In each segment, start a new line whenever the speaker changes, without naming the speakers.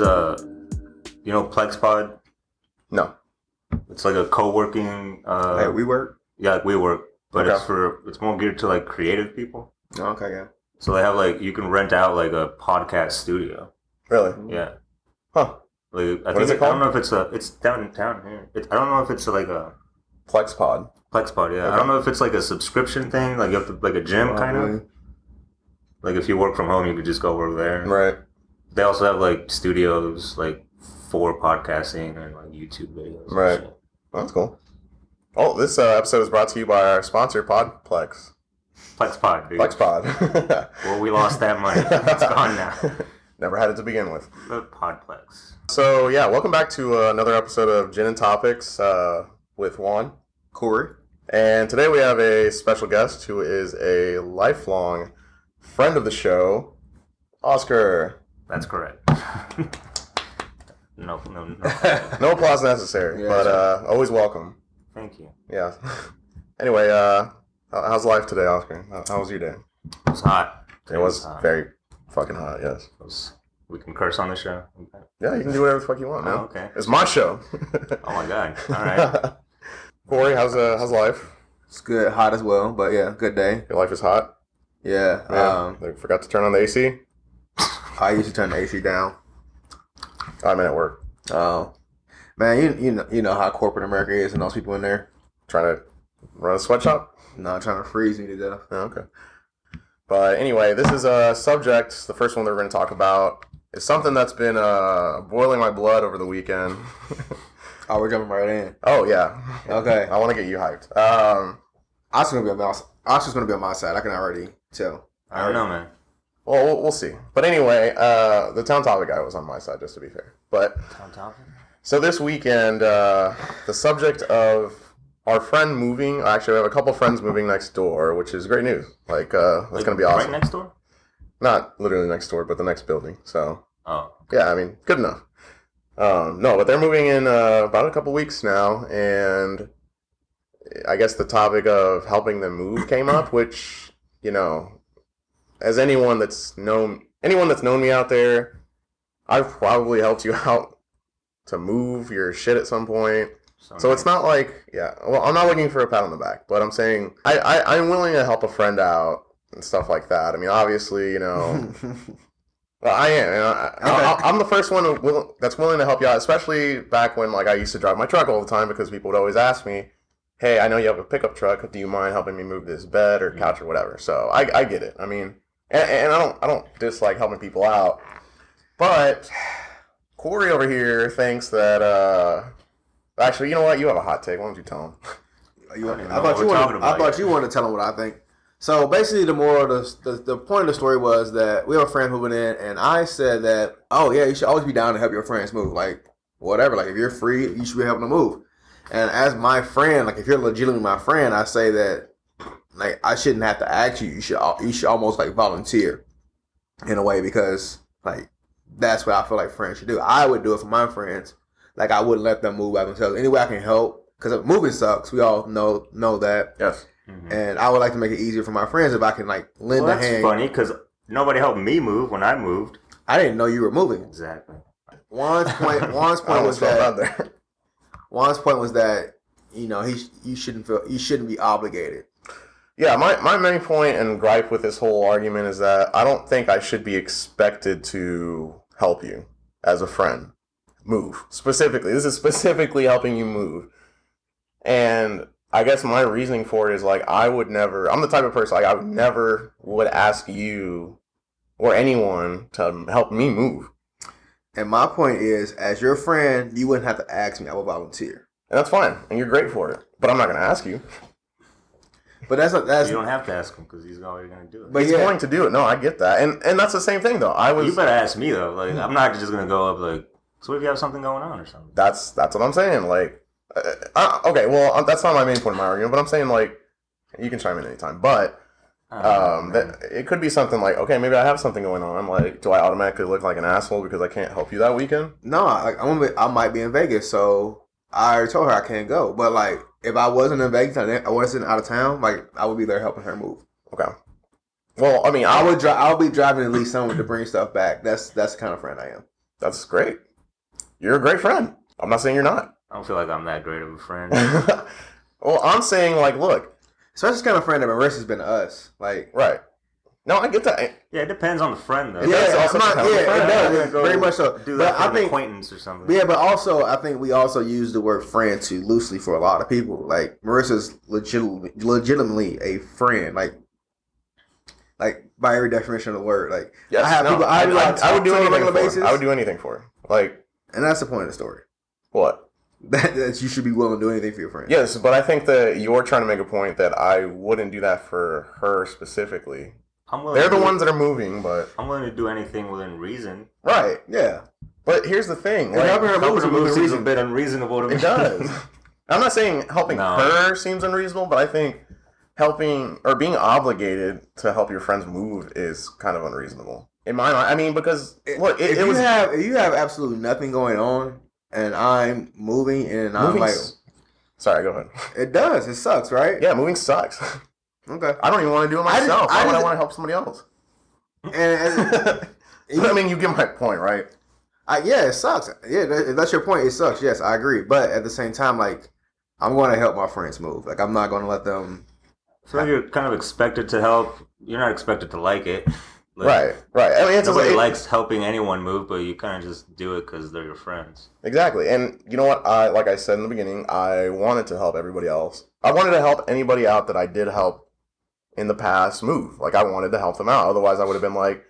uh, you know, Plexpod.
No.
It's like a co-working. Uh,
hey, we work.
yeah, like WeWork, but
Okay.
it's for it's more geared to like creative people.
Oh, okay, yeah.
So they have like you can rent out like a podcast studio.
Really?
Yeah.
Huh.
Like, I
Hmm. What is
think-
it called?
I don't know if it's a it's downtown here. It, I don't know if it's like a
Flexpod.
Plexpod. Yeah. I
Okay. Oh,
don't know if it's like a subscription thing. Like you have to like a gym kind of.
Probably.
Like if you work from home, you could just go work there.
Mm-hmm. Right.
They also have like studios like for podcasting and like YouTube videos. and
Right.
shit.
That's cool. Oh, this uh, episode is brought to you by our sponsor, Podplex.
Plexpod, dude.
Flexpod.
Well, we lost that money. it's gone now.
Never had it to begin with.
The Podplex.
So yeah, welcome back to uh, another episode of Gin and Topics uh, with Juan, Corey, and today we have a special guest who is a lifelong friend of the show, Oscar.
That's correct. no, no, no.
No applause necessary,
Yeah,
but
that's
uh, always welcome.
Thank you.
Yeah. anyway, uh, how- how's life today, Oscar? How, how was your day?
It's hot.
It was
hot.
very fucking hot. Yes.
It was- we can curse on the show. Okay.
Yeah, you can do whatever the fuck you want, man.
Oh, okay.
It's my show.
Oh my god. All right.
Corey, how's uh, how's life?
It's good, hot as well, but yeah, good day.
Your life is hot.
Yeah.
Yeah.
Um,
they forgot to turn on the AC.
I used to turn the AC down.
I'm in at work
Oh, man, you you know you know how corporate America is and those people in there.
trying to run a sweatshop.
No, trying to freeze me to death.
Yeah, okay. But anyway, this is a subject. The first one that we're going to talk about is something that's been uh, boiling my blood over the weekend.
Oh, we're jumping right in.
oh yeah.
Okay,
I want to get you hyped. Um,
Oscar's gonna be on my Oscar's gonna be on my side. I can already tell.
I don't know, man.
well, we'll, we'll see. But anyway, uh, the town topic guy was on my side, just to be fair. But
Tom Thompson.
So this weekend, uh, the subject of our friend moving. Actually, we have a couple friends moving next door, which is great news. Like uh, that's
Like,
gonna be awesome.
Right next door.
Not literally next door, but the next building. So
Oh,
yeah, I mean, good enough. Um, no, but they're moving in uh, about a couple weeks now, and I guess the topic of helping them move came up, which you know, as anyone that's known anyone that's known me out there, I've probably helped you out to move your shit at some point. So it's not like, yeah. Well, I'm not looking for a pat on the back, but I'm saying I, I I'm willing to help a friend out and stuff like that. I mean, obviously, you know,
Um,
well, I am. you know, I, I, I'm the first one to will, that's willing to help you out, especially back when like I used to drive my truck all the time because people would always ask me, "Hey, I know you have a pickup truck. Do you mind helping me move this bed or couch or whatever?" So I, I get it. I mean, and, and I don't I don't dislike helping people out, but Corey over here thinks that. uh Actually, you know what? You have a hot take. Why don't you tell him?
You,
I don't
I,
even know what
thought you
we're
wanted,
talking about
I thought
yet.
you wanted to tell them what I think. So basically, the moral, of the, the the point of the story was that we have a friend moving in, and I said that, oh yeah, you should always be down to help your friends move, like whatever, like if you're free, you should be helping them move. And as my friend, like if you're legitimately my friend, I say that, like I shouldn't have to ask you. You should al- you should almost like volunteer, in a way, because like that's what I feel like friends should do. I would do it for my friends. Like I wouldn't let them move by themselves. Any way I can help, because moving sucks. We all know know that.
Yes.
Mhm.
And I would like to make it easier for my friends if I can like lend
Well,
a
that's
hand.
funny because nobody helped me move when I moved.
I didn't know you were moving.
Exactly.
Juan's point. Juan's
I
point
almost
was
fell
that.
out there.
Juan's point was that you know he sh- you shouldn't feel you shouldn't be obligated.
Yeah, my, my main point and gripe with this whole argument is that I don't think I should be expected to help you as a friend move. Specifically, this is specifically helping you move. And I guess my reasoning for it is like I would never I'm the type of person like I would never would ask you or anyone to help me move.
And my point is, as your friend, you wouldn't have to ask me. I would volunteer.
And that's fine. And you're great for it. But I'm not going to ask you.
But that's not that's
You don't have to ask him because he's already gonna do it.
But
He's
yeah.
going to do it. No, I get that. And and that's the same thing though. I was
you better ask me though. Like I'm not just gonna go up like. So what if you have something going on or something?
That's that's what I'm saying. Like, uh, uh, okay, well, uh, that's not my main point of my argument, but I'm saying like, you can chime in anytime. But
I don't
Uh-huh.
know,
um,
man.
that, it could be something like, okay, maybe I have something going on. Like, do I automatically look like an asshole because I can't help you that weekend?
No, like I'm gonna be, I might be in Vegas, so I already told her I can't go. But like, if I wasn't in Vegas, I didn't- I wasn't out of town. Like, I would be there helping her move.
Okay. Well, I mean,
I
I would.
would drive. I'll be driving at least someone to bring stuff back. That's that's the kind of friend I am.
That's great. You're a great friend. I'm not saying you're not.
I don't feel like I'm that great of a friend.
well, I'm saying like, look,
So that's the kind of friend that Marissa has been to us. Like,
right? No, I get that.
yeah, it depends on the friend though.
It does.
Yeah,
also
I'm
depend on the
yeah, it
friend.
does.
Go
Very much so.
Do
but
that for
I
an
think
acquaintance or something.
Yeah, but also I think we also use the word friend too loosely for a lot of people. Like Marissa's legitimately, legitimately a friend. Like, like by every definition of the word. Like,
Yes,
I have people- I do, like,
I would do
talk
anything
to on a regular
for.
basis.
I would do anything for. it. Like
and that's the point of the story.
what?
That, that you should be willing to do anything for your friend.
Yes, but I think that you're trying to make a point that I wouldn't do that for her specifically.
I'm willing
They're
to
the
do-
ones that are moving, but
I'm willing to do anything within reason.
right.
Yeah.
But here's the thing.
And helping her
Like,
move
Helping
is
her move
within
seems a
reason.
bit unreasonable to me.
it does. I'm not saying helping
No.
her seems unreasonable, but I think helping or being obligated to help your friends move is kind of unreasonable in my mind. I mean, because look, it,
if
it
you
was
have if you have absolutely nothing going on, and I'm moving, and I'm
moving.
like,
s- sorry, go ahead.
it does. It sucks, right?
Yeah, moving sucks.
Okay.
I don't even want to do it
I didn't-
myself.
I
Why would I
didn't-
want to help somebody else?
And, and
But, I mean, you get my point, right?
I, yeah, it sucks. Yeah, that, if that's your point. It sucks. Yes, I agree. But at the same time, like, I'm going to help my friends move. Like, I'm not going to let them.
So like you're kind of expected to help. You're not expected to like it. Like,
right, right. I mean, it's
Nobody
it-
likes helping anyone move, but you kind of just do it because they're your friends.
Exactly. And you know what? I like I said in the beginning, I wanted to help everybody else. I wanted to help anybody out that I did help in the past move. Like I wanted to help them out. Otherwise, I would have been like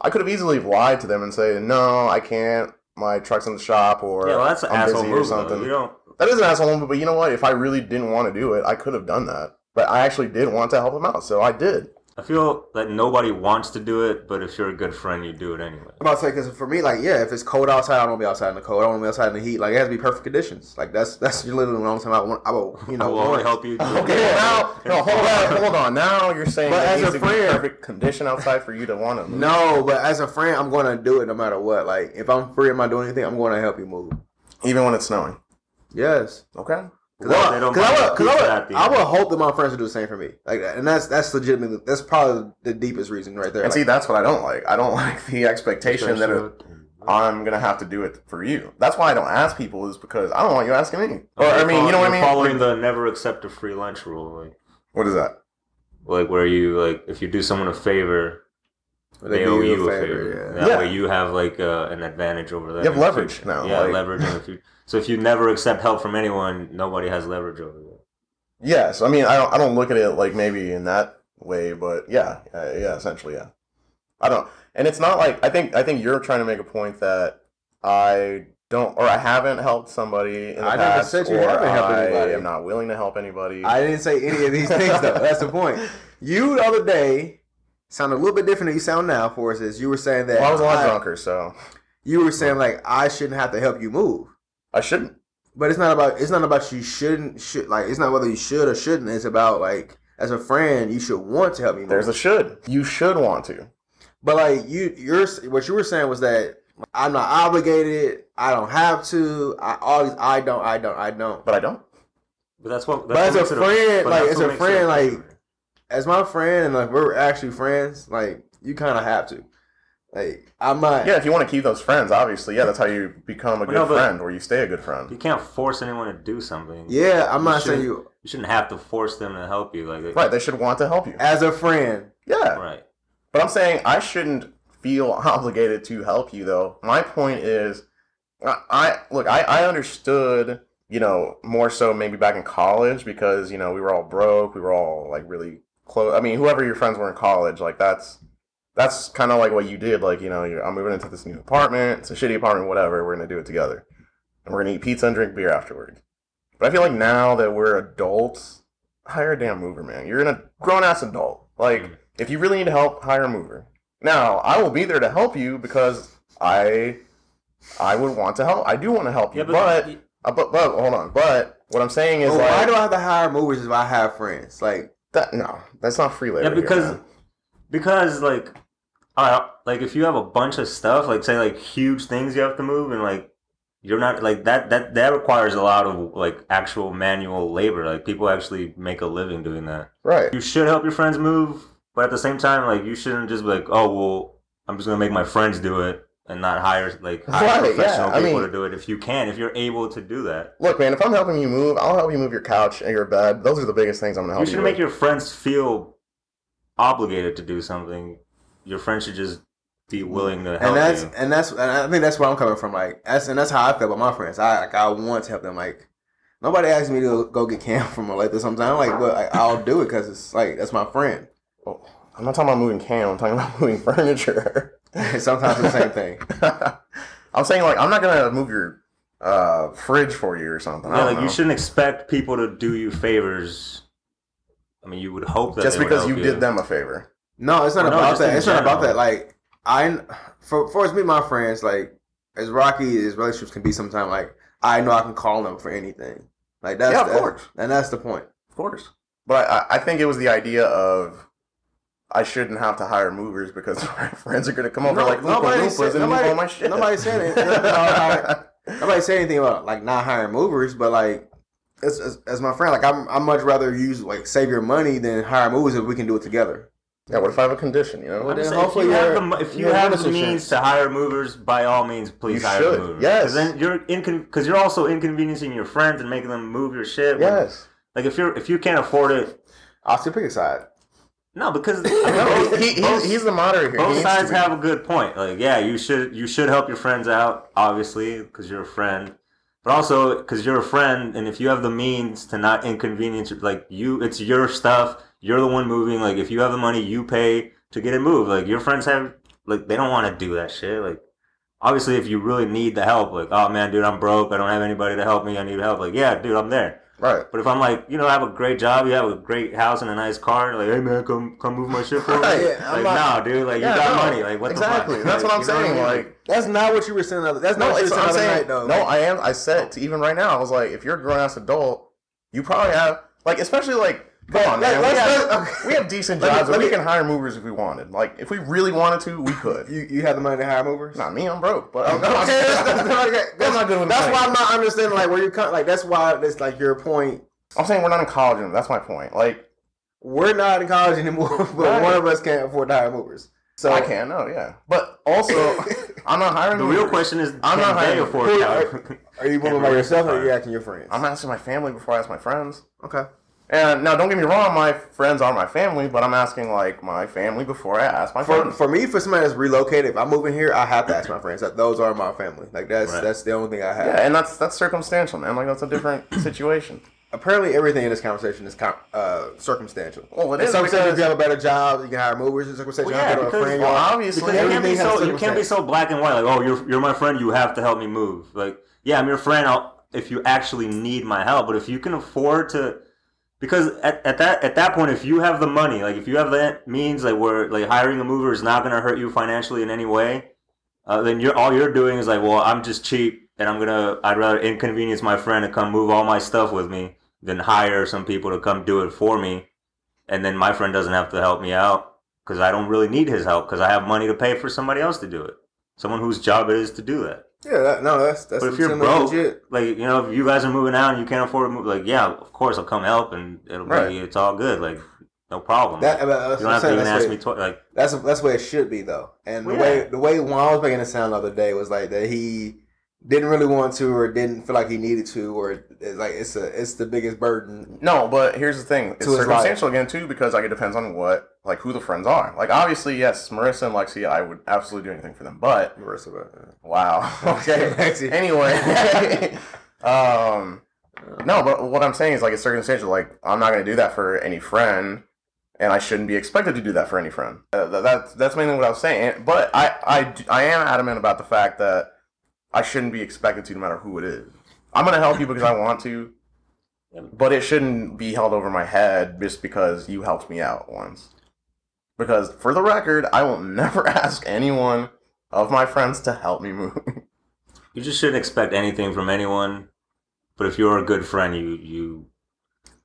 I could have easily lied to them and say, "No, I can't. My truck's in the shop or
yeah, well, that's an
I'm
asshole
busy or
move. though.
something."
You don't.
That is an asshole move, but you know what? If I really didn't want to do it, I could have done that. But I actually did want to help them out, so I did.
I feel that nobody wants to do it, but if you're a good friend, you do it anyway.
I'm about to say because for me, like, yeah, if it's cold outside, I don't want to be outside in the cold. I don't want to be outside in the heat. Like, it has to be perfect conditions. Like, that's that's literally what I'm talking about. I want- I will, you know,
I will
want-
only help you.
Okay, well, now, no, hold on, hold on. Now you're saying
But
there
as
needs
a
to be
friend-
perfect condition outside for you to want to move.
No, but as a friend, I'm going to do it no matter what. Like, if I'm free, am I doing anything? I'm going to help you move.
even when it's snowing.
yes.
Okay.
Cause I,
They
would,
don't
cause I,
mind
would, cause
pizza
I,
at
would,
the
I
end.
would hope that my friends would do the same for me. Like, and that's that's legitimately that's probably the deepest reason right there.
And
Like,
see, that's what I don't like. I don't like the expectation that it, I'm gonna have to do it for you. That's why I don't ask people is because I don't want you asking me.
Oh,
Or I mean, you know what I mean?
Following the never accept a free lunch rule, like,
what is that?
like where you like if you do someone a favor,
They
they
do
owe
you a
you a
favor,
favor.
yeah.
That
Yeah.
way you have like uh, an advantage over that.
You have leverage now.
Yeah,
like-
leverage. And if you, so if you never accept help from anyone, nobody has leverage over you.
Yes. I mean, I don't. I don't look at it like maybe in that way, but yeah, uh, yeah. Essentially, yeah. I don't. And it's not like I think. I think you're trying to make a point that I don't, or I haven't helped somebody in the
I never
past,
said you
or
haven't helped
I
anybody.
am not willing to help anybody.
I didn't say any of these things though. That's the point. You the other day sounded a little bit different than you sound now for us. Is you were saying that
well, I was a lot
I-
drunker, so
You were saying like I shouldn't have to help you move,
I shouldn't.
but it's not about it's not about you shouldn't should like it's not whether you should or shouldn't. It's about like as a friend you should want to help me move.
There's a should. You should want to.
but like you you're what you were saying was that I'm not obligated. I don't have to. I always I don't I don't I don't.
But I don't.
But that's what.
But
That's what
as a
makes it
friend,
but
like,
that's
as
what
a
makes it
friend, like,
friendship.
as my friend and like we're actually friends, like you kind of have to. Like I'm not.
Yeah, if you want to keep those friends, obviously, yeah, that's how you become a good
Well, no, but-
friend or you stay a good friend.
you can't force anyone to do something.
Yeah, I'm
You
not saying
should.
you
you shouldn't have to force them to help you. Like,
Right, they should want to help you.
as a friend.
Yeah,
right.
but I'm saying I shouldn't feel obligated to help you though. My point is, I, I look, I, I understood, you know, more so maybe back in college because you know we were all broke, we were all like really close. I mean, whoever your friends were in college, like that's that's kind of like what you did. Like, you know, you're, I'm moving into this new apartment. It's a shitty apartment, whatever. We're going to do it together. And we're going to eat pizza and drink beer afterward. But I feel like now that we're adults, hire a damn mover, man. You're a grown ass adult. Like, if you really need help, hire a mover. Now, I will be there to help you because I. I would want to help. I do want to help you,
Yeah,
but,
but-
but, uh, but but hold on. But what I'm saying is
Well,
like
Oh, why do I have to hire movers if I have friends? Like
that. No, that's not free labor.
Yeah,
here,
because
man.
because like, uh, like if you have a bunch of stuff, like say like huge things you have to move, and like you're not like that that that requires a lot of like actual manual labor. Like people actually make a living doing that.
right.
You should help your friends move, but at the same time, like you shouldn't just be like, oh well, I'm just gonna make my friends do it. and not hire like hire
Right, yeah,
professional
I
people
mean-
to do it if you can, if you're able to do that.
Look, man, if I'm helping you move, I'll help you move your couch and your bed. Those are the biggest things I'm gonna
you
help you.
should make your friends feel obligated to do something. Your friends should just be willing to help
and that's
you.
and that's and I think that's where I'm coming from. Like that's and that's how I feel about my friends. I like I want to help them. Like nobody asked me to go get camp from a later sometime. I'm like, well, I, I'll do it because it's like that's my friend.
with. I'm not talking about moving cam. I'm talking about moving furniture.
Sometimes it's the same thing.
I'm saying like I'm not gonna move your uh, fridge for you or something. I
Yeah,
don't
like
know.
you shouldn't expect people to do you favors. I mean, you would hope that
just
they would
because you
help
did them a favor.
No, it's not
Well, no,
about
just
that.
in
It's not about that.
general.
Like I, for for us, me and my friends, like as rocky as relationships can be, sometimes like I know I can call them for anything. Like that's
Yeah, of
that's-
course.
and that's the point.
Of course. But I, I think it was the idea of I shouldn't have to hire movers because my friends are gonna come over
No,
like Luke
nobody
and Lupus
said-
and move
nobody-
all my shit.
nobody said it. No, Nobody say anything about like not hiring movers, but like as, as, as my friend, like I'm I much rather use like save your money than hire movers if we can do it together.
yeah, what if I have a condition? You know,
I'm
then
saying, if
hopefully
you have
your-
the, mo- if you
your
have
business
the means
insurance-
to hire movers, by all means, please
You
hire
should,
movers.
yes.
Because then you're incon- because you're also inconveniencing your friends and making them move your shit. when-
yes.
Like if you're if you can't afford it,
I'll still pick a side.
no, because I mean,
No,
both-
he, he, he's,
both-
he's the moderator here. He
both
needs to
sides
be.
have a good point. Like, yeah, you should you should help your friends out, obviously, because you're a friend, but also because you're a friend, and if you have the means to not inconvenience, like you, it's your stuff. You're the one moving. Like, if you have the money, you pay to get it moved. Like, your friends have like they don't want to do that shit. Like, obviously, if you really need the help, like, oh man, dude, I'm broke. I don't have anybody to help me. I need help. Like, yeah, dude, I'm there.
right.
But if I'm like, you know, I have a great job, you have a great house and a nice car, like, hey man, come come move my shit for me.
Right,
Like,
yeah, I'm not-
no, dude, like
Yeah,
you got
no,
money, like what
exactly.
the fuck?
That's
Like,
what I'm
you know I
saying.
mean?
Like,
That's not what you were saying. Other, that's not
no,
what you
it's,
were saying.
I'm
Other
saying
night, though.
no.
Like,
I am. I said to even right now. I was like, if you're a grown ass adult, you probably have like, especially like, come on,
let-
man.
let's-
we, have,
let- okay.
we have decent
Let me-
jobs.
let
and we
me-
can hire movers if we wanted. Like, if we really wanted to, we could.
you you have the money to hire movers.
Not me. I'm broke, but
Okay, that's, that's-
I'm not good with
that's why
money.
I'm not understanding like where you're co- like that's why that's like your point.
I'm saying we're not in college. and That's my point. Like,
We're not in college anymore, but
Right.
one of us can't afford to hire movers. So
I can. No, yeah. But also, I'm not hiring.
the real
movers.
question is I'm
I'm
can
not
they
hiring.
afford
Who-
that?
Are you moving
Can't
by
really
yourself or are you
fire.
asking your friends?
I'm asking my family before I ask my friends.
okay.
And now, don't get me wrong, my friends are my family, but I'm asking like my family before I ask my
For,
friends.
for me, for somebody that's relocated, if I'm moving here, I have to ask my friends. That those are my family. Like that's
Right.
that's the only thing I have.
yeah, and that's that's circumstantial, man. Like that's a different situation.
Apparently, everything in this conversation is com- uh, circumstantial.
Well, it
In
is
some sense,
because-
if you have a better job, you can hire movers. In some sense,
Well,
you have
yeah,
a better
because-
friend.
Well,
you have-
obviously,
Because you can't be
everything has
so you can't be
circumstance.
so black and white, like, oh you're you're my friend, you have to help me move. Like, yeah, I'm your friend I'll, if you actually need my help. But if you can afford to because at, at that at that point if you have the money, like if you have that means like where like hiring a mover is not gonna hurt you financially in any way, uh, then you're all you're doing is like, well, I'm just cheap, and I'm gonna I'd rather inconvenience my friend to come move all my stuff with me than hire some people to come do it for me, and then my friend doesn't have to help me out because I don't really need his help because I have money to pay for somebody else to do it, someone whose job it is to do that.
yeah, that, no, that's that's
But if you're
legitimately
broke,
legit.
like you know, if you guys are moving out and you can't afford to move, like yeah, of course I'll come help, and it'll
Right.
be it's all good, like no problem.
That, I mean, that's
you
what
don't
I'm
have to
saying.
even
That's
ask
what-
me twice. Like
That's that's where it should be though. And
Well,
the way
yeah.
the way Juan was making it sound the other day was like that he didn't really want to or didn't feel like he needed to or it's like it's a it's the biggest burden.
No, but here's the thing: it's
To his
circumstantial again too, because like it depends on what like who the friends are. Like obviously, yes, Marissa and Lexi, I would absolutely do anything for them, but
Marissa, but-
Wow.
Okay, back to you.
anyway, um, no, but what I'm saying is like it's circumstantial. Like I'm not gonna do that for any friend, and I shouldn't be expected to do that for any friend. Uh, th- that's that's mainly what I was saying. But I, I d- I am adamant about the fact that I shouldn't be expected to, no matter who it is. I'm gonna help you because I want to. But it shouldn't be held over my head just because you helped me out once. Because for the record, I will never ask anyone of my friends to help me move.
you just shouldn't expect anything from anyone. But if you're a good friend, you you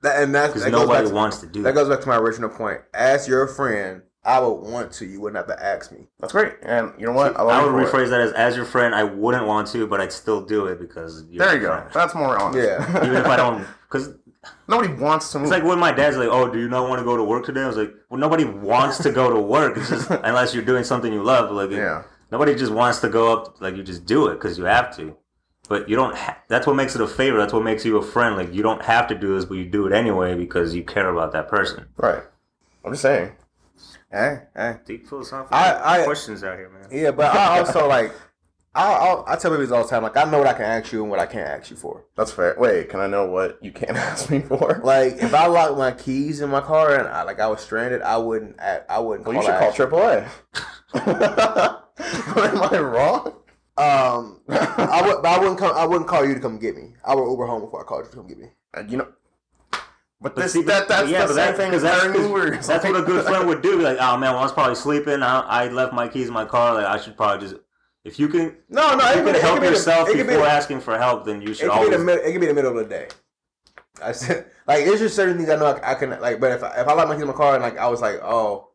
That, and that's
because
that goes, back
nobody
to,
wants to do that.
that goes back to my original point. As your friend, I would want to. You wouldn't have to ask me.
That's great. And you know what? love
I
you
would
for it.
rephrase that as, as your friend, I wouldn't want to, but I'd still do it because you're
There
my
you go.
friend.
That's more honest.
Yeah.
Even if I don't, because
Nobody wants to move.
it's like when my dad's like, "Oh, do you not want to go to work today?" I was like, "Well, nobody wants to go to work. It's just unless you're doing something you love." Like,
yeah.
Nobody just wants to go up like you just do it because you have to. But you don't. Ha- that's what makes it a favor. That's what makes you a friend. Like you don't have to do this, but you do it anyway because you care about that person.
Right. I'm just saying.
Hey, hey.
Deep philosophical
I- I-
questions out here, man.
Yeah, but I also like. I I'll, I tell babies all the time, like I know what I can ask you and what I can't ask you for.
That's fair. Wait, can I know what you can't ask me for?
Like if I locked my keys in my car and I like I was stranded, I wouldn't act, I wouldn't.
well, you should call
action.
AAA. Am I wrong?
Um, I would, but I wouldn't come. I wouldn't call you to come get me. I would Uber home before I called you to come get me.
Uh, You know.
But
But, this,
see, but-
that, that's
but yeah,
the
but that-
same thing as
'cause that's-
hiring
'cause
Ubers.
That's what a good
friend.
friend would do. Be like, oh man, well, I was probably sleeping. I, I left my keys in my car. Like I should probably just if you can
No, no,
if you can
could- could
help
be the-
yourself
it could be
before
the-
asking for help, then you
It
should
could, be
always.
the mid, it could be the middle of the day. I said, like, it's just certain things I know I, I can, like, but if I, if I lock my keys in my car and, like, I was like, oh,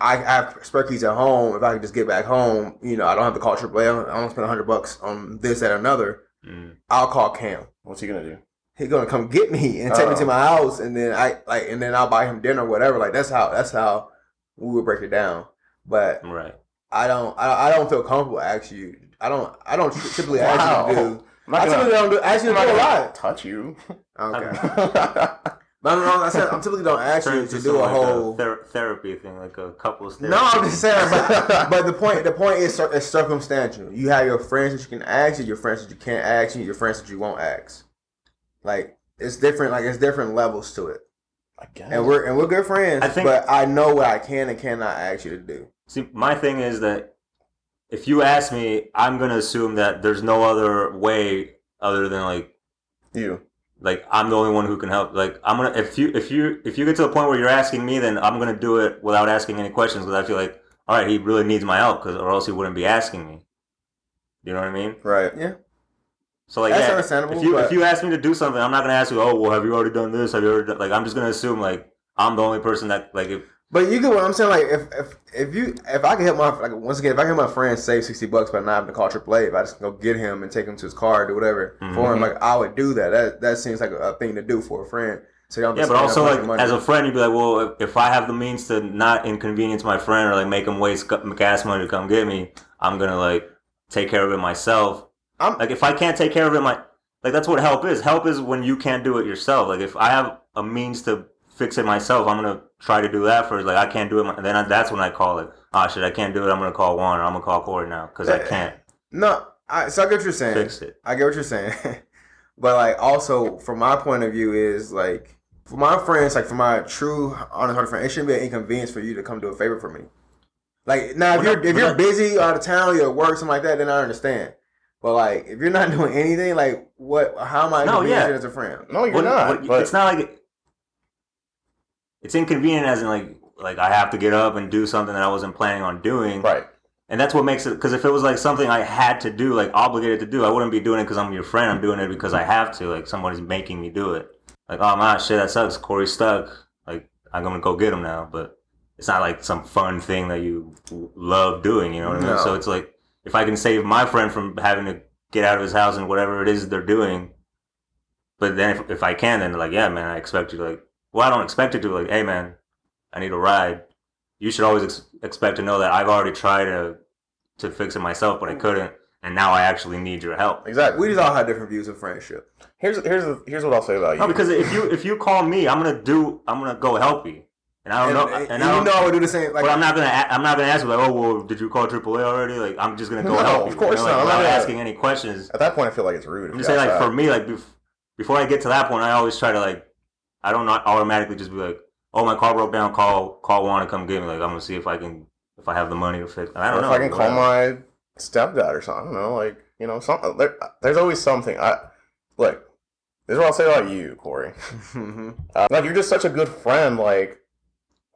I, I have spare keys at home. If I could just get back home, you know, I don't have to call AAA. I don't, I don't spend 100 bucks on this, that, or another.
Mm.
I'll call Cam.
What's he gonna do?
He's gonna come get me and take me
Oh.
to my house, and then I like, and then I'll buy him dinner, or whatever. Like that's how that's how we would break it down. But
Mm, Right.
I don't I, I don't feel comfortable asking you. I don't I don't typically ask you to
Wow.
do.
I'm
I
not
typically
gonna,
don't do, ask you
I'm
to
not
do a
gonna
lot.
touch you.
Okay.
That's
No, no, no. I said I'm typically don't ask
Turn
you
it
to
to
do a
like
whole.
a ther- therapy thing, like a couples therapy.
no, I'm just saying. But, but the point, the point is, cir- is circumstantial. You have your friends that you can ask, and your friends that you can't ask, and your friends that you won't ask. Like it's different. Like it's different levels to it.
I guess.
And we're and we're good friends.
I think-
but I know what I can and cannot ask you to do.
See, my thing is that if you ask me, I'm gonna assume that there's no other way other than like
you.
like I'm the only one who can help. Like I'm gonna if you if you if you get to the point where you're asking me, then I'm gonna do it without asking any questions because I feel like all right, he really needs my help, cause or else he wouldn't be asking me. You know what I mean?
Right.
Yeah.
So like
That's
yeah,
understandable,
If you
but-
if you ask me to do something, I'm not gonna ask you. Oh well, have you already done this? Have you already done? like I'm just gonna assume like I'm the only person that like if
But you get what I'm saying. Like if if if you if I can help my like once again if I can help my friend save sixty bucks by not having to call AAA, if I just go get him and take him to his car, do whatever
Mm-hmm.
for him, like I would do that. That that seems like a, a thing to do for a friend. So you don't
yeah,
have to
but
spend a
also
bunch
like
of money.
as a friend, you'd be like, well, if, if I have the means to not inconvenience my friend or like make him waste gu- gas money to come get me, I'm gonna like take care of it myself.
I'm-
like if I can't take care of it, my like that's what help is. Help is when you can't do it yourself. Like if I have a means to fix it myself, I'm gonna try to do that first. Like I can't do it, my, then I, that's when I call it. Ah, shit, I can't do it. I'm gonna call Juan or I'm gonna call Corey now because I can't
no, I, so I get what you're saying.
fix it.
I get what you're saying, but like also from my point of view is like for my friends, like for my true honest hearted friend, it shouldn't be an inconvenience for you to come do a favor for me. Like now, if
Well,
you're
not-
if
but
you're
not-
busy out of town, you're at work, something like that, then I understand. But like if you're not doing anything, like what? How am I
No,
inconveniencing
yeah.
you as a friend?
No, you're
Well,
not.
well,
but
It's not like it's inconvenient, as in like like I have to get up and do something that I wasn't planning on doing.
right.
And that's what makes it because if it was like something I had to do, like obligated to do, I wouldn't be doing it because I'm your friend. I'm doing it because I have to. Like somebody's making me do it. Like oh my shit, that sucks. Corey's stuck. Like I'm gonna go get him now. But it's not like some fun thing that you love doing. You know what I
No.
mean? So it's like if I can save my friend from having to get out of his house and whatever it is they're doing, but then if, if I can, then like, yeah, man, I expect you to like, well, I don't expect you to like, hey, man, I need a ride. You should always ex- expect to know that I've already tried to to fix it myself,
Mm.
but I couldn't, and now I actually need your help.
Exactly.
We just all have different views of friendship.
here's here's here's what I'll say about you.
No, because if you if you call me, I'm gonna do, I'm gonna go help you, and I
And,
don't know,
and,
and,
you
I don't
know I would do the same. Like
But I'm not gonna. a- I'm not gonna ask you like, oh, well, did you call AAA already? Like, I'm just gonna go
No,
help you.
of
you
course
know, like,
not. I'm not
without
gonna-
asking any questions.
At that point, I feel like it's rude.
I'm just saying, like for me, like bef- before I get to that point, I always try to like, I don't not automatically just be like, oh, my car broke down, call call Juan to come get me. Like, I'm gonna see if I can if I have the money to fix. I
or
don't
if
know.
I can call
Whatever.
my stepdad or something. I don't know, like you know, some, there, there's always something. I look. This is what I'll say about you, Corey.
Mhm.
Uh, like you're just such a good friend. Like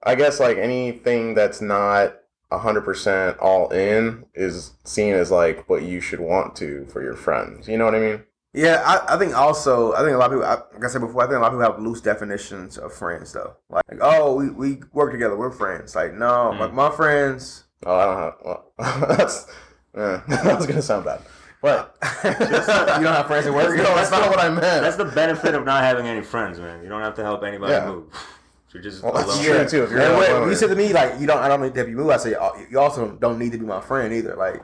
I guess like anything that's not hundred percent all in is seen as like what you should want to for your friends. You know what I mean?
Yeah, I, I think also I think a lot of people I, like I said before I think a lot of people have loose definitions of friends though. Like, like, oh, we, we work together, we're friends. Like no,
Mm.
like my friends.
Oh, I don't have. Well, that's eh, that was gonna sound bad. But
you don't have friends at work.
no, that's not what I
That's
meant.
the benefit of not having any friends, man. You don't have to help anybody
Yeah.
move. You're just
Well, that's
alone.
true too. If you're
And
not
when-
alone.
when you said to me like you don't I don't need to help you move. I say "Oh, you also don't need to be my friend either. Like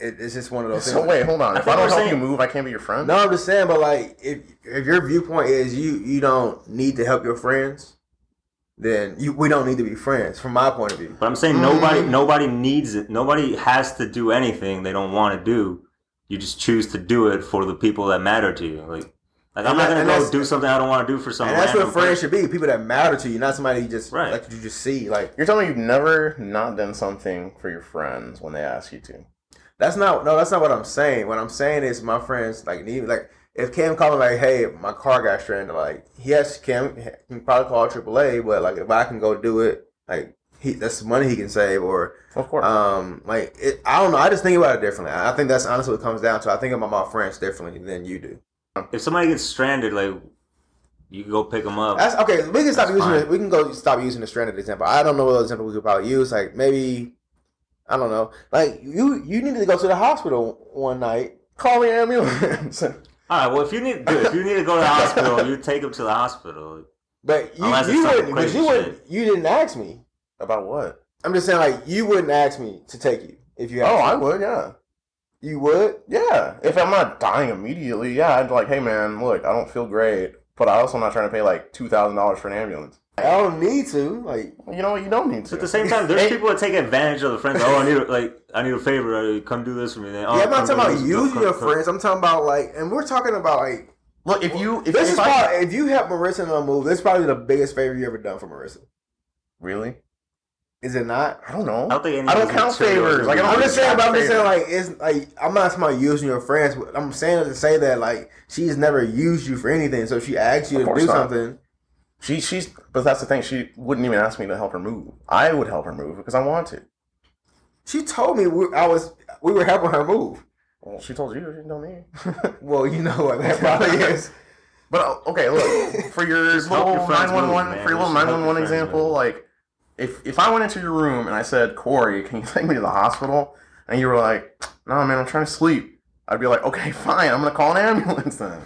it, it's just one of those
So
things.
wait, hold on.
I
if
think
I don't
we're
help
saying-
you move, I can't be your friend.
No, I'm just saying, but like, if if your viewpoint is you you don't need to help your friends, then you we don't need to be friends. From my point of view,
But I'm saying nobody
Mm.
nobody needs it. Nobody has to do anything they don't want to do. You just choose to do it for the people that matter to you. Like, like I'm
And
not
that-
gonna
and
go
that's-
do something I don't want to do for some.
and that's
random
what friends
person.
should be: people that matter to you, not somebody you just
Right.
like you just see. Like
You're telling me you've never not done something for your friends when they ask you to.
that's not no, that's not what I'm saying. What I'm saying is my friends like need like if Cam called me like, hey, my car got stranded, like yes, Cam he can probably call AAA, but like if I can go do it, like he that's money he can save or.
Of course.
Um, like it, I don't know. I just think about it differently. I I think that's honestly what it comes down to. I think about my friends differently than you do.
If somebody gets stranded, like, you can go pick them up.
That's okay. We can stop
That's
using.
fine.
The, we can go stop using the stranded example. I don't know what other example we could probably use. Like maybe, I don't know. Like you, you needed to go to the hospital one night.
Call the ambulance.
All right. Well, if you need dude, if you need to go to the hospital, you take them to the hospital.
But you,
Unless it's
you
something
wouldn't. But
crazy
you wouldn't. You didn't ask me.
About what?
I'm just saying, like you wouldn't ask me to take you if you.
Oh,
Asked
I
me.
would. Yeah.
You would.
Yeah. If I'm not dying immediately, yeah, I'd be like, hey man, look, I don't feel great, but I also am not trying to pay like two thousand dollars for an ambulance.
I don't need to. Like
You know what? You don't need to.
But at the same time, there's
Hey.
people that take advantage of the friends. Oh, I need a, like I need a favor. uh, Come do this for me. Then, oh,
yeah, I'm not
come
talking
do
about
this,
you
come-
and your
come-
friends. I'm talking about like, and we're talking about like
look, if you if,
this
if
is
I-
probably, if you help Marissa in a move, this is probably the biggest favor you ever done for Marissa.
really,
Is it not?
I don't know.
I don't think any
I
of
don't
these
count
materials
favors.
are
Like, I don't
really-
I'm just saying, but I'm just saying,
Favor.
like, it's like I'm not talking about using your friends. But I'm saying to say that like she's never used you for anything, so if she asks you
Of
to
course
do
not.
something.
She she's but that's the thing. She wouldn't even ask me to help her move. I would help her move because I want to.
She told me we, I was we were helping her move.
Well, she told you. She didn't tell me.
Well, you know what that probably is.
but uh, okay, look for your
Just help
little
your friends
nine one
move, man.
one for your little
Just help
nine
your
one one
friends
example.
move.
Like, if if I went into your room and I said, Corey, can you take me to the hospital? And you were like, No, man, I'm trying to sleep. I'd be like, Okay, fine. I'm gonna call an ambulance then.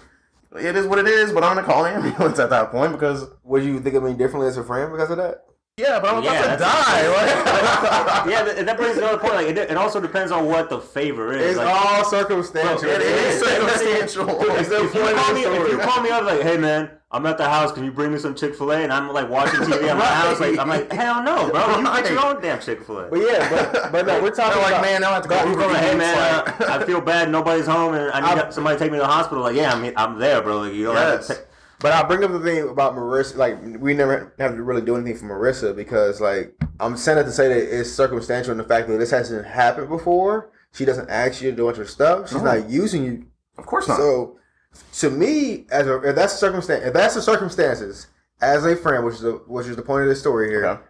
It is what it is, but I'm gonna call an ambulance at that point because
Would you think of me differently as a friend because of that?
yeah, but I'm
Yeah,
about to
that's-
die. Like-
yeah, that, that brings another point. Like, it, it also depends on what the favor is.
It's
Like,
all circumstantial.
Bro,
It is
It's- it's-
circumstantial.
Dude, if,
the
if you
point of
call
the
me, if you
story.
call me up like, hey man, I'm at the house, can you bring me some Chick Fil A? And I'm like watching TV at my house, like I'm like, hell no, bro, you get your own damn Chick Fil A.
But yeah, but but no, we're talking
They're like,
about
man, now I have to go.
You
Uber
go like, hey
Eats,"
man, uh,
like-
I feel bad, nobody's home, and I need
I-
somebody to take me to the hospital. Like, yeah, I'm I'm there, bro. Like, you don't have
Yes.
to. Take,
But I bring up the thing about Marissa. Like we never have to really do anything for Marissa because, like, I'm saying that to say that it's circumstantial in the fact that this hasn't happened before. She doesn't ask you to do a bunch of stuff. She's
No.
not using you.
Of course not.
So, to me, as a, if that's circumstance, if that's the circumstances as a friend, which is the which is the point of this story here,
Okay.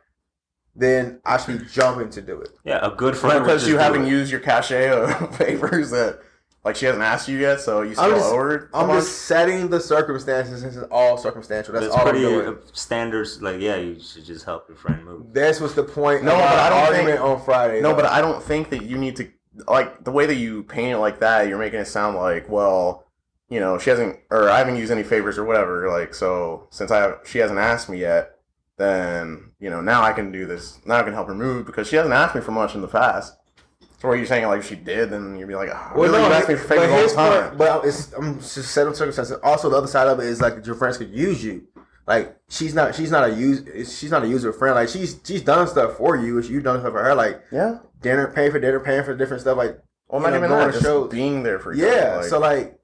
then I should be jumping to do it.
yeah, a good friend. would
because
just
you
do
haven't
it.
used your cachet of favors that, like, she hasn't asked you yet, so you
I'm
still
just-
owe her. a
I'm
bunch.
just setting the circumstances. This is all circumstantial. That's,
That's
all
pretty
I'm doing.
uh, standards. Like, yeah, you should just help your friend move.
That's what's the point.
No,
of
but
our
I don't
argument
think-
on Friday.
no,
though.
but I don't think that you need to like the way that you paint it like that. You're making it sound like, well, you know, she hasn't, or I haven't used any favors or whatever. Like, so since I she hasn't asked me yet, then you know now I can do this. Now I can help her move because she hasn't asked me for much in the past. So what are you saying? Like, if she did, then you'd be like, oh,
Well,
really?
no,
you asked me for favors
but
all
his
the time.
point- but it's I'm just set up circumstances. Also, the other side of it is like your friends could use you. Like she's not she's not a use she's not a user friend. Like she's she's done stuff for you. and You've done stuff for her. Like
yeah.
dinner, paying for dinner, paying for different stuff. Like
Well,
you
not
know,
even
going
that.
to
Just
shows.
being there for you.
yeah. so like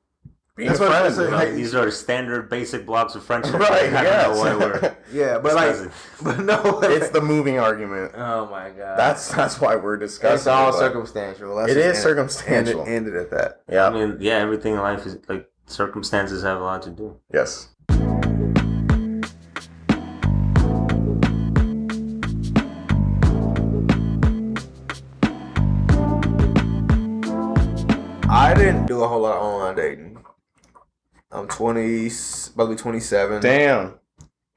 being
that's
a
what I'm
friend.
saying,
Like,
Hey.
these are standard, basic blocks of friendship.
right.
I
yes.
don't know why we're.
yeah, but like
discussing.
but no,
it's the moving argument.
oh my god,
That's that's why we're discussing.
it's all
it, but-
circumstantial. That's
It
just
is
end-
circumstantial.
Ended, ended at that.
I
Yeah.
mean, yeah, everything in life is like circumstances have a lot to do.
Yes.
I didn't do a whole lot of online dating. I'm 20, about to be 27.
Damn.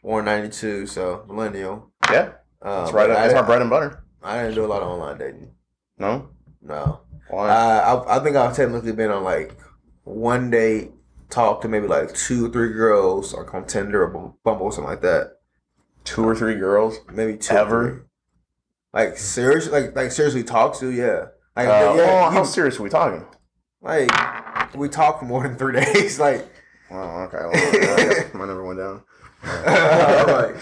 192, so millennial.
Yeah.
Um,
That's right.
I,
That's my bread and butter.
I didn't do a lot of online dating.
No.
No, I,
Why?
I I think I've technically been on like one date, talk to maybe like two or three girls, like on Tinder or Bum- Bumble or something like that.
Two or three girls.
Maybe two. or
Ever?
three. Like seriously, like like seriously, talk to yeah. Like,
Uh,
yeah,
well, how
you-
serious are we talking?
like we talked for more than three days. Like,
Oh, okay. Well, yeah, I guess my number went down.
like,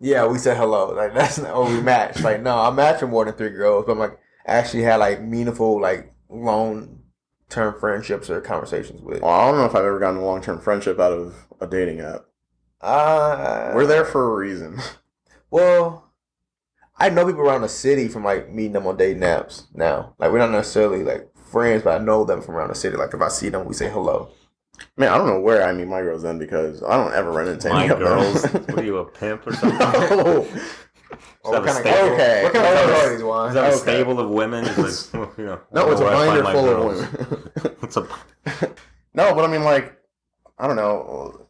yeah, we said hello. Like that's not oh we matched. Like no, I matched with more than three girls, but I'm like I actually had like meaningful like long term friendships or conversations with.
Well, I don't know if I've ever gotten a long term friendship out of a dating app.
Uh,
We're there for a reason.
Well, I know people around the city from like meeting them on dating apps now. Like we're not necessarily like friends, but I know them from around the city. Like if I see them, we say hello.
Man, I don't know where I meet my girls then because I don't ever run into
My
any of
girls,
them.
what are you a pimp or something?
no.
Is that a
kind of
stable?
Okay.
What kind of
Okay.
girls are these, Juan?
Is that a
Okay.
stable of women? It's like, you know,
No, it's a
where I find
binder
my
full
girls.
of women.
It's a
no, but I mean, like, I don't know.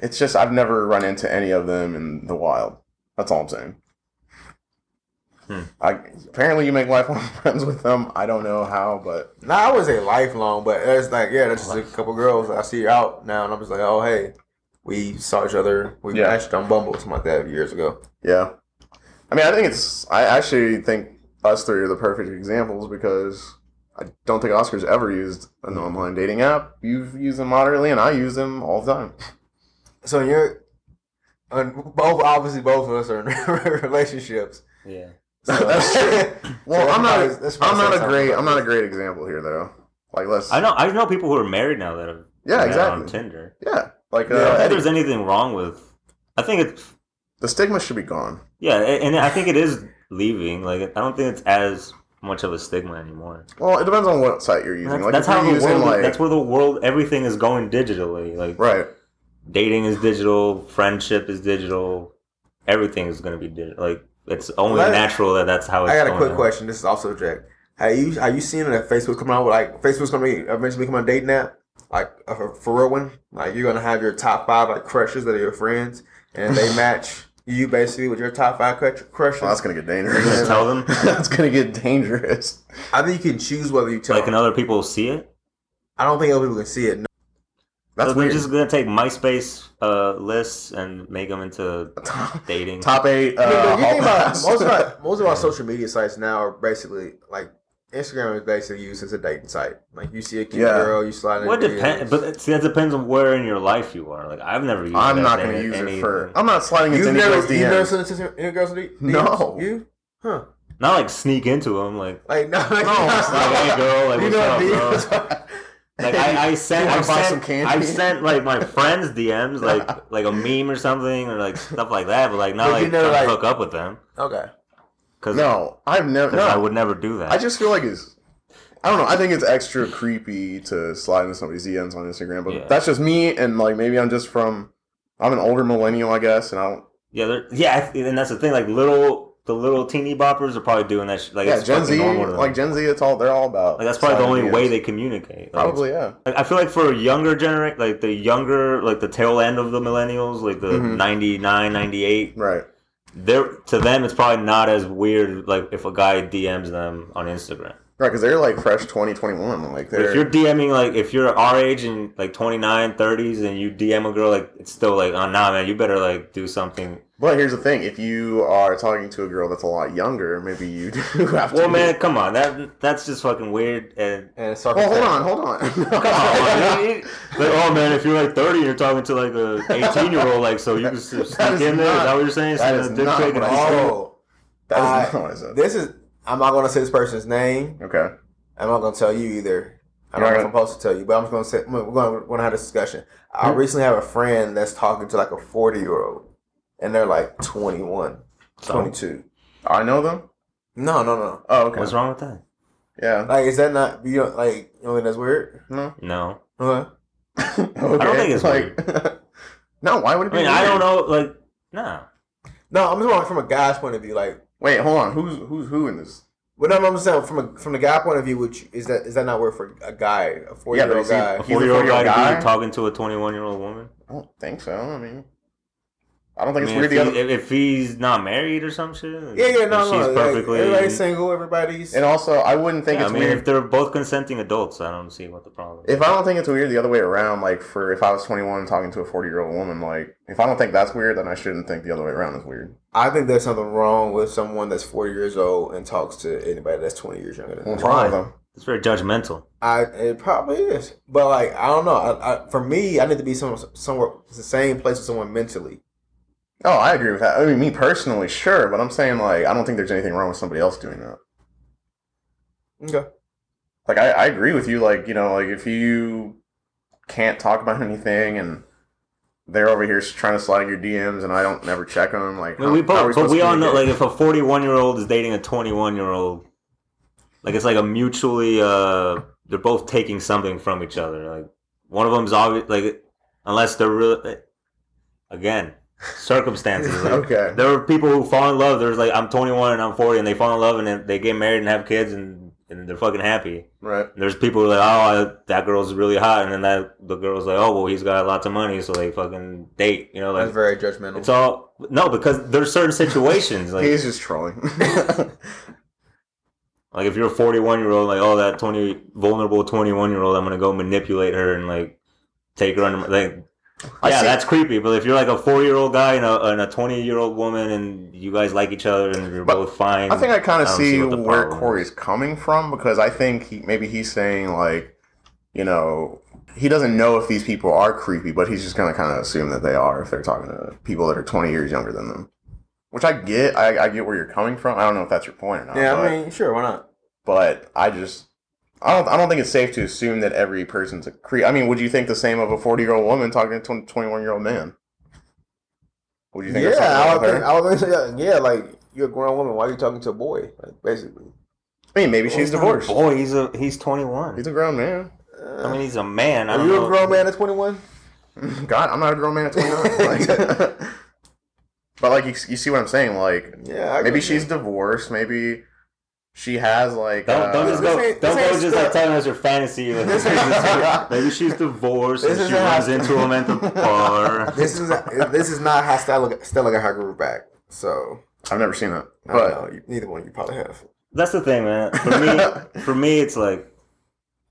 It's just I've never run into any of them in the wild. That's all I'm saying.
Hmm.
I, apparently, you make lifelong friends with them. I don't know how, but
Nah, I would say lifelong, but it's like yeah, there's just a couple girls I see out now, and I'm just like, oh hey, we saw each other. We
Yeah.
matched on Bumble something like that years ago.
Yeah. I mean, I think it's. I actually think us three are the perfect examples because I don't think Oscar's ever used an online dating app. You've used them moderately, and I use them all the time.
So you're, and both obviously both of us are in relationships.
yeah.
So,
That's
true.
Well, I'm not.
That's
I'm not a great. I'm not a great example here, though. Like, let's.
I know. I know people who are married now that have
Yeah,
met
exactly.
on Tinder.
Yeah, like uh,
I don't think
Eddie,
there's anything wrong with. I think it's
the stigma should be gone.
yeah, a- and I think it is leaving. Like I don't think it's as much of a stigma anymore.
Well, it depends on what site you're using.
That's,
like,
that's
if
how
you're
the
using
world.
like
that's where the world. Everything is going digitally. Like
right.
dating is digital. Friendship is digital. Everything is going to be digital. Like it's only
Let-
natural that that's how it's
I got a
going
quick
now.
question. This is also Jack. Have you are you seeing that Facebook coming out with like Facebook's gonna be eventually become a dating app? Like a for- for real one? Like you're gonna have your top five like crushes that are your friends and they match you basically with your top five crush- crushes.
Well, that's gonna get
You just
dangerous.
tell them.
that's gonna get dangerous.
I think you can choose whether you tell
Like, and other people will see it.
I don't think other people can see it. No.
That's
so they're
weird.
just gonna take MySpace uh, lists and make them into
top,
dating.
top eight. Uh,
you think
Hall
about
Pass.
most of our most of our social media sites now are basically like Instagram is basically used as a dating site. Like you see a cute
Yeah.
girl, you slide in.
What
her
depends?
DMs.
But it- see, that depends on where in your life you are. Like, I've never used.
I'm
that
not
thing
going to
in
use it
anything.
for. I'm not sliding into
You've
any girl's
never, you've never
DMs.
seen this in a girl's D- DMs?
No.
You? Huh.
Not like sneak into them. Like,
Like, no. Like,
it's like, hey girl, like
You
what's
know
up, bro?
what
Like I, I sent,
You wanna
I
buy
sent,
some candy?
I sent like my friends DMs, like like a meme or something, or like stuff like that. But like not
But you
like
know,
trying
like-
to hook up with them
Okay.
because
No, I've never. No,
I
I,
would never do that.
just feel like it's. I don't know. I think it's extra creepy to slide into somebody's DMs on Instagram, but
Yeah.
that's just me. And like maybe I'm just from. I'm an older millennial, I guess, and I don't.
yeah, they're- yeah, and that's the thing. Like little, the little teeny boppers are probably doing that. Sh- like
yeah,
it's
Gen
fucking
Z,
normal to them.
like Gen Z, it's all they're all about.
Like, that's probably the
sliding
only
DMs.
way they communicate. Like,
Probably yeah.
Like, I feel like for a younger generation, like the younger, like the tail end of the millennials, like the
Mhm.
ninety nine, ninety eight, 99, 98,
Right.
they're, to them, it's probably not as weird, like, if a guy DMs them on Instagram.
Right, because they're like fresh 20, 21.
But
Like they're.
if you're DMing, like, if you're our age and, like, 29, 30s, and you DM a girl, like, it's still like, oh, nah, man, you better, like, do something.
but here's the thing: if you are talking to a girl that's a lot younger, maybe you do have to.
Well, man, come on. that That's just fucking weird. And,
And it's
Well, hold on, hold on.
come on, man. Like, oh, man, if you're, like, 30, you're talking to, like, a 18 year old, like, so you can sneak
That is
in there. Is
not-
that what you're saying?
that
Send
is
a dick
not
pic
what
and-
I said.
Oh,
That is
I-
not what I said.
this is. I'm not gonna say this person's name.
Okay.
I'm not gonna tell you either. I don't know if I'm supposed to tell you, but I'm just gonna say we're gonna, we're gonna have this discussion. I recently have a friend that's talking to like a 40 year old, and they're like 21,
So,
22.
I know them.
No, no, no.
Oh, okay.
What's wrong with that?
Yeah.
Like, is that not you? Don't, like, you don't think that's weird? Uh-huh.
No.
No.
Huh?
okay.
think it's
no, why would it
I
be?
mean, I
weird?
don't know, like, nah.
No, I'm just talking from a guy's point of view. Like,
Wait, hold on. Who's who's who in this?
But no, I'm saying from a, from the guy point of view, which is that is that not word for a guy, a four year
but
old
is he-
guy?
A
He's a
four year old
40-year-old
guy
guy?
talking to a 21 year old woman?
I don't think so. I mean, I don't
I mean,
think it's weird.
if,
The other,
he, if if he's not married or some shit, like,
Yeah, yeah, no,
she's
no. like,
perfectly.
everybody's single. Everybody's.
and also, I wouldn't think
Yeah, I
it's
mean,
weird.
if they're both consenting adults, I don't see what the problem. is.
If I don't think it's weird the other way around, like for if I was 21 and talking to a 40 year old woman, like if I don't think that's weird, then I shouldn't think the other way around is weird.
I think there's something wrong with someone that's 40 years old and talks to anybody that's 20 years younger than them.
What's wrong with them?
It's very judgmental.
I it probably is, but like I don't know. I, I, for me, I need to be some somewhere it's the same place as someone mentally.
Oh, I agree with that. I mean, me personally, sure, but I'm saying like I don't think there's anything wrong with somebody else doing that.
Okay.
Like I, I agree with you. Like you know, like if you can't talk about anything and they're over here trying to slide in your DMs and I don't never check them, like
I mean, we
how- how
both,
are
but
supposed
we
to
all know,
communicate?
like, if a 41 year old is dating a 21 year old, like, it's like a mutually, uh, they're both taking something from each other. Like, one of them's obvious, like, unless they're real, eh, again, circumstances. Like,
okay.
There are people who fall in love. There's like, I'm 21 and I'm 40, and they fall in love and then they get married and have kids and, and they're fucking happy.
Right.
And there's people who are like, oh, I, that girl's really hot, and then that the girl's like, oh, well, he's got lots of money, so they fucking date. You know, like,
That's very judgmental.
it's all no, because there's certain situations like
He's just trolling.
like if you're a 41 year old, like oh that 20 vulnerable 21 year old, I'm gonna go manipulate her and like take her under my, like
I
yeah
see-
that's creepy. But if you're like a four year old guy and a and a 20 year old woman and you guys like each other and you're
But
both fine,
I think I kind
I
of
don't
see,
see what the
where
problem is.
Corey's coming from because I think he, maybe he's saying like, you know, he doesn't know if these people are creepy, but he's just gonna kind of assume that they are if they're talking to people that are twenty years younger than them. Which I get, I, I get where you're coming from. I don't know if that's your point or not.
yeah,
but,
I mean, sure, why not?
but I just. I don't, I don't think it's safe to assume that every person's a creep. I mean, would you think the same of a 40 year old woman talking to a 21 year old man? Would you think
Yeah,
that's
I
something
would,
wrong
think,
with her?
I would think, yeah, yeah, like you're a grown woman. Why are you talking to a boy? Like basically,
I mean, maybe she's
He's not a
divorced.
Boy, he's a he's 21.
He's a grown man.
Uh,
I mean, he's a man. I
are
don't
you
know.
a grown man at 21?
God, I'm not a grown man at 29. Like, but like, you, you see what I'm saying? Like,
Yeah, I
maybe
agree.
she's divorced. Maybe she has like.
Don't, don't
uh,
just go.
This ain't-
Don't
this
go
ain't
just like
stuff.
telling us your fantasy. Like,
This
ain't-
maybe she's divorced
This
and she
isn't
runs
how-
into him at the bar.
This is this is not how Stella, Stella got her group back. So,
I've never seen that.
I don't know,
But
you- neither one you probably have.
That's the thing, man. For me, for me, it's like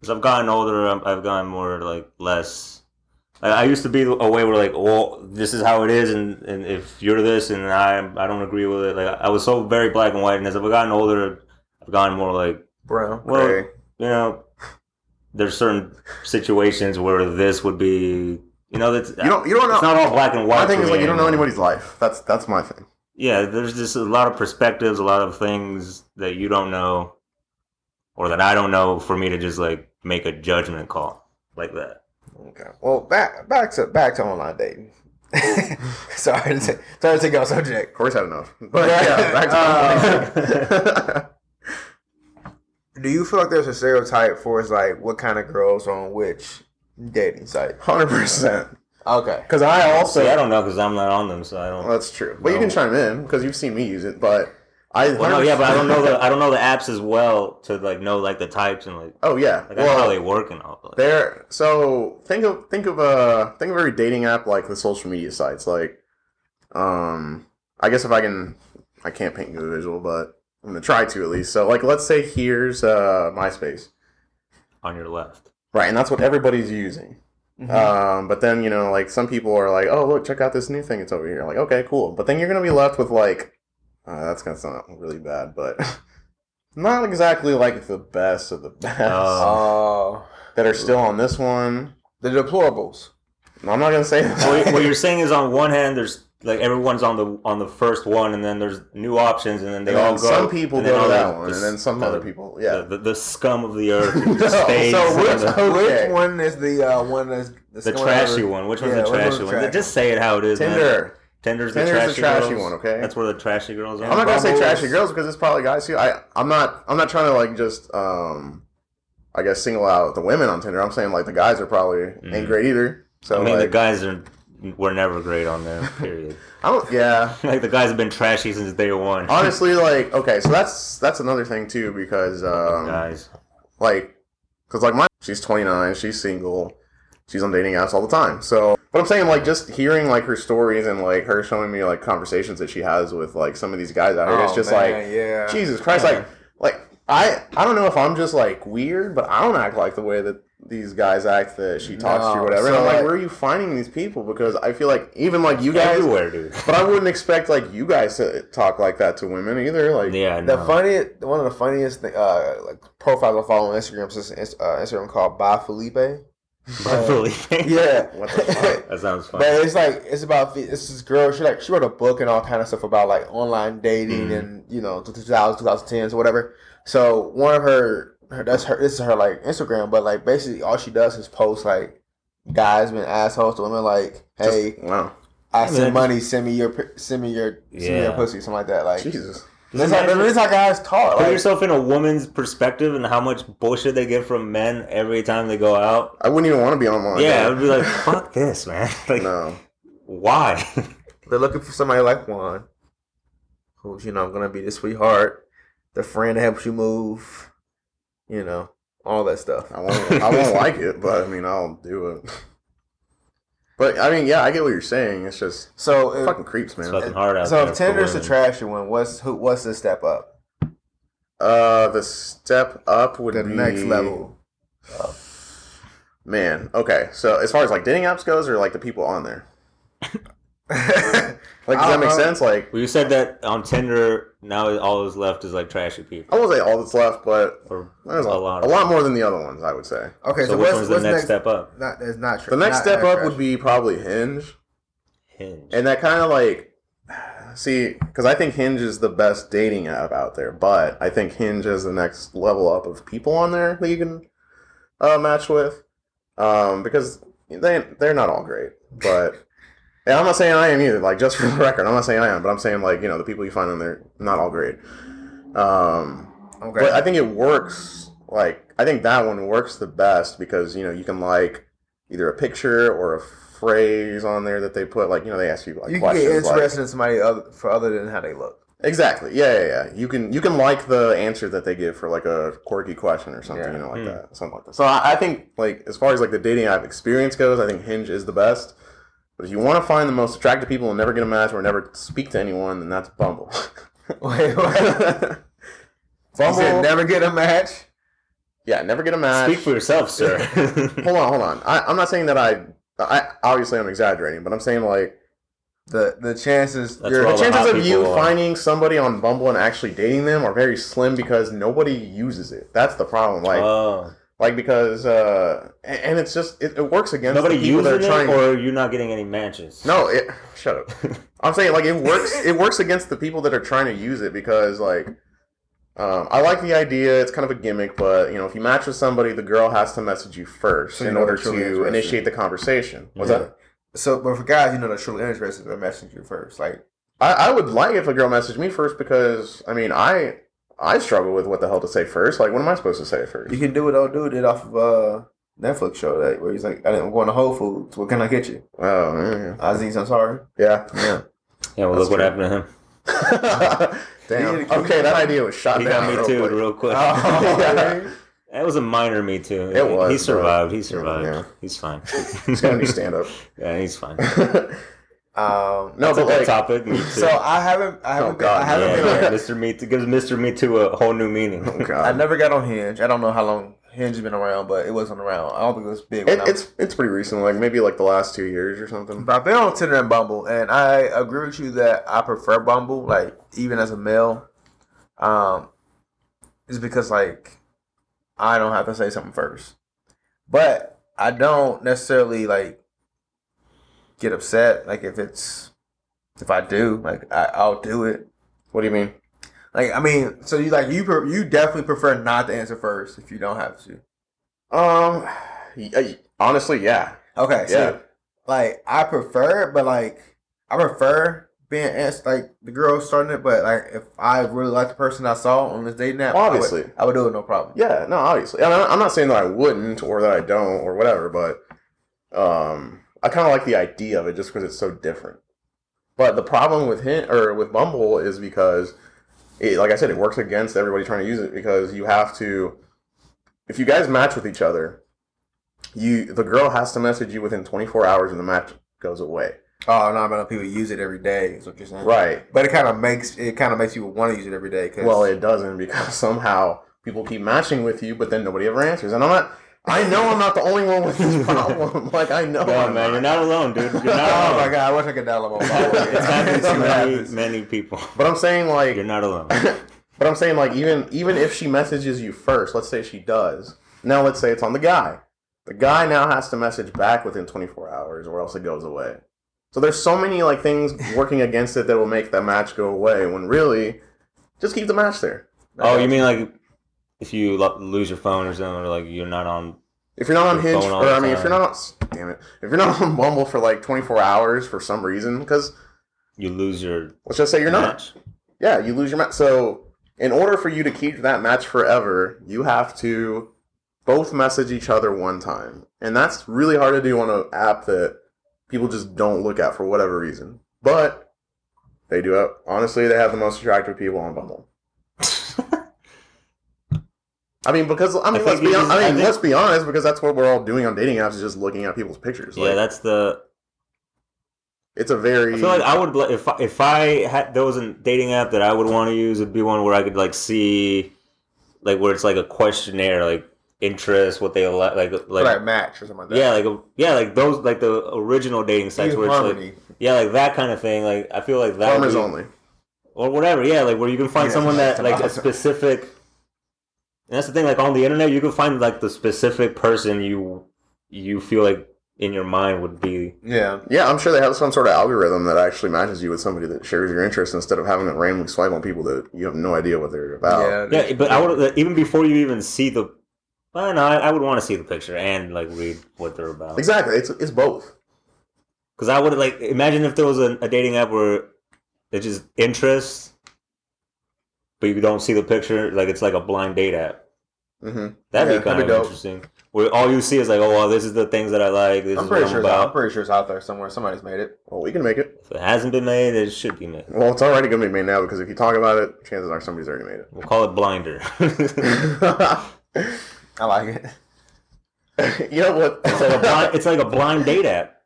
as I've gotten older, I'm- I've gotten more like less. I I used to be a way where like, well, this is how it is, and, and if you're this and I I don't agree with it, like I was so very black and white, and as I've gotten older, I've gotten more like
Brown,
Well,
gray.
you know, there's certain situations where this would be, you know, that's
you don't. You don't
it's
know.
not all black and white.
My thing
for
is
me
like you don't know
anymore.
anybody's life. That's that's my thing.
Yeah, there's just a lot of perspectives, a lot of things that you don't know, or that I don't know, for me to just like make a judgment call like that.
Okay. Well, back back to back to online dating. sorry, to take, sorry to take you off
Of
subject.
course, I had enough. But
Right.
yeah, back to
Um, Do you feel like there's a stereotype for is like what kind of girls on which dating site?
hundred percent.
Okay.
Because I also
So I don't know because I'm not on them, so I don't.
That's true. But you can chime in because you've seen me use it. But I
Well, no, yeah, but I don't know the I don't know the apps as well to like know like the types and like
oh yeah.
like I know how
Well,
they work and all. But, like,
There. So think of think of uh think of every dating app like the social media sites. Like, um, I guess if I can, I can't paint you a visual, but I'm gonna try to at least. So like, let's say here's uh MySpace,
on your left,
right? And that's what everybody's using. Um, but then you know, like some people are like, oh look, check out this new thing. It's over here. Like, okay, cool. But then you're gonna be left with like, uh, that's gonna sound really bad, but. Not exactly like the best of the best
Oh.
Uh,
that are still on this one.
the deplorables.
I'm not gonna say that.
So what what you're saying is on one hand there's like everyone's on the on the first one and then there's new options and then they
And
all
then
go
some people
and then
go to
all
that
the-
one,
the-
and then some
the-
other people.
the-
Yeah,
the, the scum of the earth and
No,
the spades
so
and
which-
the,
Okay.
Which one is the uh, one that's, that's
the
going
trashy
out?
one which one's
Yeah,
the
which one's
trashy
the
one
trashy
just say it how it is man.
Tinder.
Tinder's the
Tinder's
trashy,
the trashy
girls.
one. Okay.
that's where the trashy girls are
I'm not gonna say
Bumbles.
trashy girls because it's probably guys too. I I'm not I'm not trying to like just um, I guess single out the women on Tinder. I'm saying like the guys are probably ain't
Mhm.
great either. So
I mean the
like,
guys are were never great on there period
I don't. Yeah.
like the guys have been trashy since day one
Honestly, like okay, so that's that's another thing too because um,
guys
like because like my she's 29, she's single. she's on dating apps all the time. So, but I'm saying like just hearing like her stories and like her showing me like conversations that she has with like some of these guys out here, it's just like
Oh, yeah.
Jesus Christ,
Yeah.
like, like I, I don't know if I'm just like weird, but I don't act like the way that these guys act that she talks to
No,
or whatever. and
so,
I'm like,
like-
where are you finding these people? Because I feel like even like you guys,
everywhere, dude.
but I wouldn't expect like you guys to talk like that to women either. Like,
Yeah,
The
no.
funniest, one of the funniest thing, uh, like profiles I follow on Instagram, so it's, uh, Instagram called By Felipe.
But really-
Yeah,
What the fuck?
that sounds
but
funny.
it's like it's about fe- it's this girl. She like she wrote a book and all kind of stuff about like online dating
Mhm.
and you know 2000s, 2010s, whatever. So one of her, her that's her. This is her like Instagram, but like basically all she does is post like guys been assholes to women like,
just-
hey,
wow,
I
mean,
send
that-
money, send me your pi- send me your send me your
Yeah.
pussy, something like that. Like
Jesus.
It's like,
Imagine-
it's like guys talk.
Put
Like,
yourself in a woman's perspective and how much bullshit they get from men every time they go out.
I wouldn't even want to be online.
yeah, I would be like, fuck this, man. Like,
Oh, no.
why?
They're looking for somebody like Juan, who's you know gonna be the sweetheart, the friend that helps you move, you know, all that stuff.
I won't. I won't like it, but I mean, I'll do it. But I mean, yeah, I get what you're saying. It's just
So
it
if,
fucking creeps,
it's
man.
fucking hard out
so
there
if
for
Tinder's the
women.
trashy one, what's who? What's the step up?
Uh, the step up would
The
be
next level.
Man, okay. So as far as like dating apps goes, or like the people on there, like does
I
that
don't
make
know.
sense? Like
Well, you said that on Tinder, now all that's left is like trashy people.
I won't say all that's left, but
Or
there's a,
A
a
lot
lot,
of them.
more than the other ones. I would say
okay,
so,
so,
which
what's,
one's
what's
the next
next
step up?
Not that's not true.
the next
not-
step
not
up
trash.
would be probably Hinge,
Hinge.
and that kind of like see because I think Hinge is the best dating app out there, but I think Hinge is the next level up of people on there that you can uh, match with, um, because they they're not all great, but. And I'm not saying I am either. Like, just for the record, I'm not saying I am, but I'm saying like, you know, the people you find on there not all great. Um,
okay.
but I think it works. Like, I think that one works the best because you know you can like either a picture or a phrase on there that they put. Like, you know, they ask you like
you can get
questions. like-
interested in somebody other, for other than how they look.
exactly. Yeah, yeah, yeah. You can you can like the answer that they give for like a quirky question or something.
Yeah.
You know, like
Hmm.
that, something like that. So I, I think like as far as like the dating app experience goes, I think Hinge is the best. But if you want to find the most attractive people and never get a match or never speak to anyone, then that's Bumble.
Wait, what?
Bumble.
You said never get a match.
Yeah, never get a match.
Speak for yourself, sir.
hold on, hold on. I, I'm not saying that I, I obviously I'm exaggerating, but I'm saying like
The the chances
That's
you're
where
the
all the
chances
hot
of you
people are.
finding somebody on Bumble and actually dating them are very slim because nobody uses it. That's the problem. Like,
oh.
like because uh, and, and it's just it, it works against
Nobody
the people
using
that are
it,
trying.
or you're not getting any matches?
no, it shut up. I'm saying like it works. it works against the people that are trying to use it because like. Um, I like the idea. It's kind of a gimmick, but you know, if you match with somebody, the girl has to message you first
So you
in
know
order
they're truly
to
interested.
initiate the conversation. What's
Yeah.
that?
So, but for guys, you know, they're truly interested. They're messaging you first. Like,
I, I would like if a girl messaged me first because I mean I I struggle with what the hell to say first. Like what am I supposed to say first?
you can do what old dude did off of uh Netflix show that where he's like, I didn't, I'm going to Whole Foods. What can I get you?
Oh
Aziz, I'm sorry.
yeah.
Yeah.
Yeah, well,
That's
look what happened
true.
to him.
yeah. Damn. Okay, that idea was shot
He
down.
got me
real
too, Oh,
quick. Oh.
real quick.
yeah.
That was a minor me too.
It was,
He survived. He
Yeah.
survived. He's fine.
It's gonna be stand up.
yeah, he's fine.
Um,
No,
That's a
but
good
like
topic. Me too.
so I haven't, I haven't,
Oh,
been,
God,
I
yeah,
haven't been on.
yeah, Mr. Me Too gives Mr. Me Too a whole new meaning.
oh
I
god,
never got on Hinge. I don't know how long Hinge has been around, but it wasn't around. I don't think it was big. when
it,
I was-
it's it's pretty recent. Like maybe like the last two years or something.
But I've been on Tinder and Bumble, and I agree with you that I prefer Bumble, like even as a male, um, is because like I don't have to say something first, but I don't necessarily like get upset. Like if it's if I do, like I, I'll do it.
What do you mean?
Like I mean, so you like you pre- you definitely prefer not to answer first if you don't have to.
Um, y- y- honestly, yeah,
Okay, so
yeah.
like I prefer, it, but like I prefer being asked like the girl starting it. But like if I really like the person I saw on this dating app, I would-
Obviously.
I would, do it no problem.
Yeah, no, obviously. And I- I'm not saying that I wouldn't or that I don't or whatever, but um, I kind of like the idea of it just because it's so different. But the problem with him or with Bumble is because, it, like I said, it works against everybody trying to use it because you have to, if you guys match with each other, you the girl has to message you within 24 hours and the match goes away.
Oh no, but people use it every day. Is what you're saying,
Right.
But it kind of makes it kind of makes people want to use it every day. Cause
Well, it doesn't because somehow people keep matching with you, but then nobody ever answers. And I'm not. I know I'm not the only one with this problem. Like I know.
No,
I'm
man, you're not alone, dude. You're not
oh my
alone.
god, I wish I could download my phone.
it's happened
That's
to
what
many,
happens.
many people.
But I'm saying like
You're not alone.
But I'm saying like even even if she messages you first, let's say she does. Now let's say it's on the guy. The guy now has to message back within 24 hours, or else it goes away. So there's so many like things working against it that will make that match go away. When really, just keep the match there.
Oh, you mean like if you lo- lose your phone or something, or like you're not on?
If you're not on
Your
Hinge,
phone
or
all the
I mean, if
time.
you're not, damn it, if you're not on Bumble for like 24 hours for some reason, because
You lose your
let's just say you're not.
match.
Yeah, you lose your match. So, in order for you to keep that match forever, you have to both message each other one time. And that's really hard to do on an app that people just don't look at for whatever reason. But they do it. Honestly, they have the most attractive people on Bumble. I mean, because I mean,
think
let's
you
be
just-
honest, I
I
mean,
think-
let's be honest, because that's what we're all doing on dating apps is just looking at people's pictures.
Yeah,
Like,
that's the.
it's a very
I feel like I would li- if I, if I had there was a dating app that I would want to use, it'd be one where I could like see, like where it's like a questionnaire, like interests, what they like, like like.
Like match or something like that.
Yeah, like a, yeah, like those, like the original dating sites
Use
where it's like,
harmony.
yeah, like that kind of thing. Like I feel like that would
farmers
be-
only.
or whatever. Yeah, like where you can find
Yeah,
someone that like a
awesome.
specific. And that's the thing. Like on the internet, you can find like the specific person you you feel like in your mind would be.
yeah.
Yeah, I'm sure they have some sort of algorithm that actually matches you with somebody that shares your interests instead of having to randomly swipe on people that you have no idea what they're about.
yeah,
Yeah, but I would even before you even see the. Well, no, I, I would want to see the picture and like read what they're about. Because
Exactly. It's, it's both.
I would like imagine if there was a, a dating app where it's just interests, but you don't see the picture. Like it's like a blind date app.
Mm-hmm.
hmm
That'd
Yeah,
be kind
that'd be
of
dope.
interesting. Where all you see is like, oh, well, this is the things that I like. This
I'm
is what
pretty
I'm
sure. It's, I'm
about.
pretty sure it's out there somewhere. Somebody's made it.
Well, we can make it.
If it hasn't been made, it should be made.
Well, it's already going to be made now because if you talk about it, chances are somebody's already made
We'll call it Blinder. it's,
it.
I like it.
you know what?
like a blind, it's like a blind date app.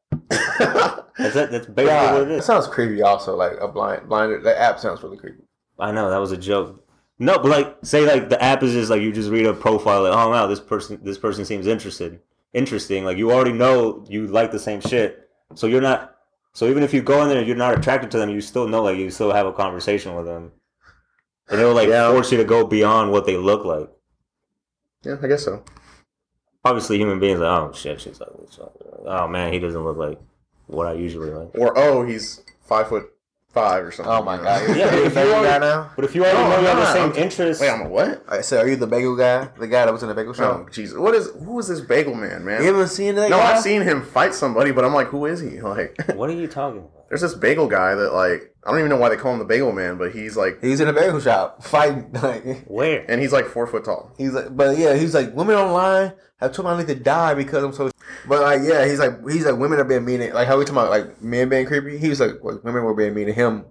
That's it. That's basically what it
That
is.
sounds creepy. Also, like a blind blinded. That app sounds really creepy.
I know that was a joke. No, but like, say like the app is just like you just read a profile, like, oh wow, this person, this person seems interested, interesting. Like you already know you like the same shit, so you're not. So even if you go in there and you're not attracted to them, you still know like you still have a conversation with them, and they'll like
Yeah.
force you to go beyond what they look like.
yeah, I guess so.
Obviously, human beings like, oh shit, she's like, oh man, he doesn't look like what I usually like.
Or, oh, he's five foot five or something.
Oh my god.
Yeah,
Are you
if
the
you
bagel
already-
guy now?
But if you already
No,
know you have
no,
the same
I'm-
interests,
Wait, I'm a what?
Alright, so are you the bagel guy? The guy that was in the bagel
Oh,
shop?
Jesus. What is, who is this bagel man, man?
You haven't seen that
no,
guy?
I've seen him fight somebody, but I'm like, who is he? Like,
what are you talking about?
There's this bagel guy that like I don't even know why they call him the bagel man, but he's like
He was in a bagel shop fighting. Like
Where?
and he's like four foot tall.
he's like, but yeah, he's like women online have told me I need to die because I'm so. But like yeah, he's like he's like women are being mean. to- Like how we talking about like men being creepy? He was like well, women were being mean to him,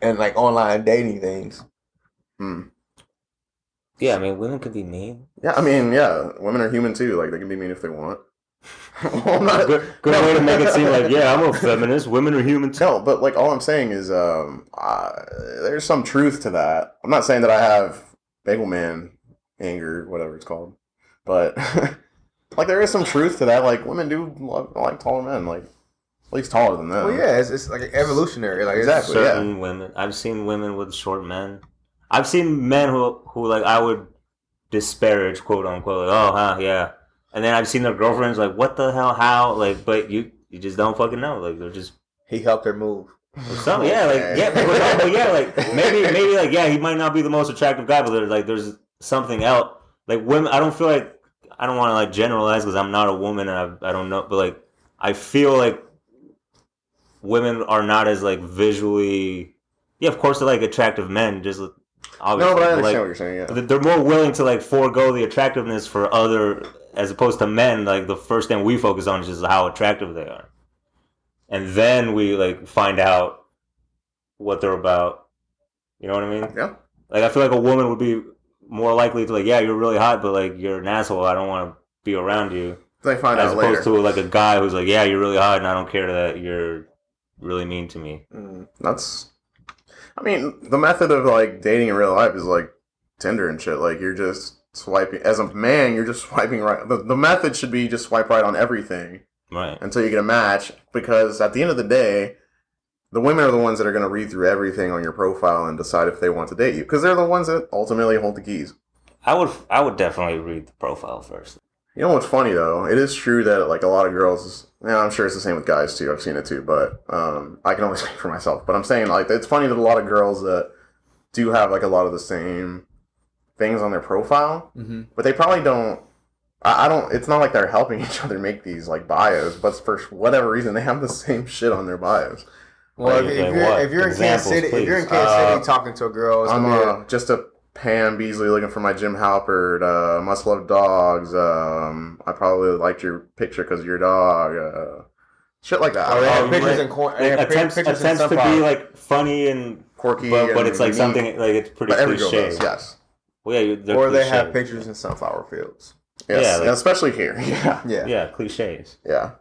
and like online dating things.
Hmm.
Yeah, I mean, women could be mean.
Yeah, I mean, yeah, women are human too. Like they can be mean if they want. I'm not-
Good, good
No.
way to make it seem like, yeah, I'm a feminist. Women are human too.
No, but like all I'm saying is, um, uh, there's some truth to that. I'm not saying that I have bagel man anger, whatever it's called, but like there is some truth to that. Like women do love, like taller men, like at least taller than them.
Well, yeah, it's, it's like evolutionary. Like
Exactly.
Um, exactly.
yeah.
Certain women. I've seen women with short men. I've seen men who, who like, I would disparage, quote unquote. Like, oh, huh, yeah. And then I've seen their girlfriends like, what the hell, how? Like, but you, you just don't fucking know. Like, they're just
He helped her move.
Some, yeah, like
Okay.
yeah, but, no, but yeah, like maybe maybe like yeah, he might not be the most attractive guy, but there's like there's something else. Like women, I don't feel like I don't want to like generalize because I'm not a woman and I I don't know, but like I feel like women are not as like visually. Yeah, of course they're like attractive men, just
No,
obviously.
but I understand
like,
what you're saying. Yeah.
they're more willing to like forego the attractiveness for other as opposed to men like the first thing we focus on is just how attractive they are and then we like find out what they're about you know what i mean
Yeah.
like i feel like a woman would be more likely to like yeah you're really hot but like you're an asshole i don't want to be around you
They find
as
out later.
opposed to like a guy who's like, yeah, you're really hot, and I don't care that you're really mean to me.
Mm, that's. I mean, the method of like dating in real life is like Tinder and shit. Like you're just swiping. As a man, you're just swiping right. The, the method should be just swipe right on everything
Right.
until you get a match. Because at the end of the day, the women are the ones that are going to read through everything on your profile and decide if they want to date you. Because they're the ones that ultimately hold the keys.
I would I would definitely read the profile first.
You know what's funny though? It is true that like a lot of girls, you know, I'm sure it's the same with guys too. I've seen it too, but um, I can only speak for myself. But I'm saying like it's funny that a lot of girls that do have like a lot of the same things on their profile,
Mm-hmm.
but they probably don't. I, I don't. It's not like they're helping each other make these like bios, but for whatever reason they have the same shit on their bios.
Well,
Like,
if,
Oh,
if
like
you're
what?
if you're
Examples,
in Kansas City, if you're in
please.
Kansas City
Uh,
talking to a girl, it's
I'm
gonna be a-
uh, just a Pam Beasley looking for my Jim Halpert. Uh, must love dogs. Um, I probably liked your picture because of your dog. Uh, shit like that.
oh, they have
um,
pictures
like-
in corn. they
Like,
have pic-
attempts
pictures in
attempts to
sunflower.
be like funny and
Quirky,
but, but
and
it's like
unique,
something like it's pretty
But every girl
cliche.
does. Yes.
Well, yeah, they're
or they
cliche.
have pictures in sunflower fields.
Yes.
Yeah, like-
especially here. Yeah.
Yeah,
Yeah, cliches.
Yeah.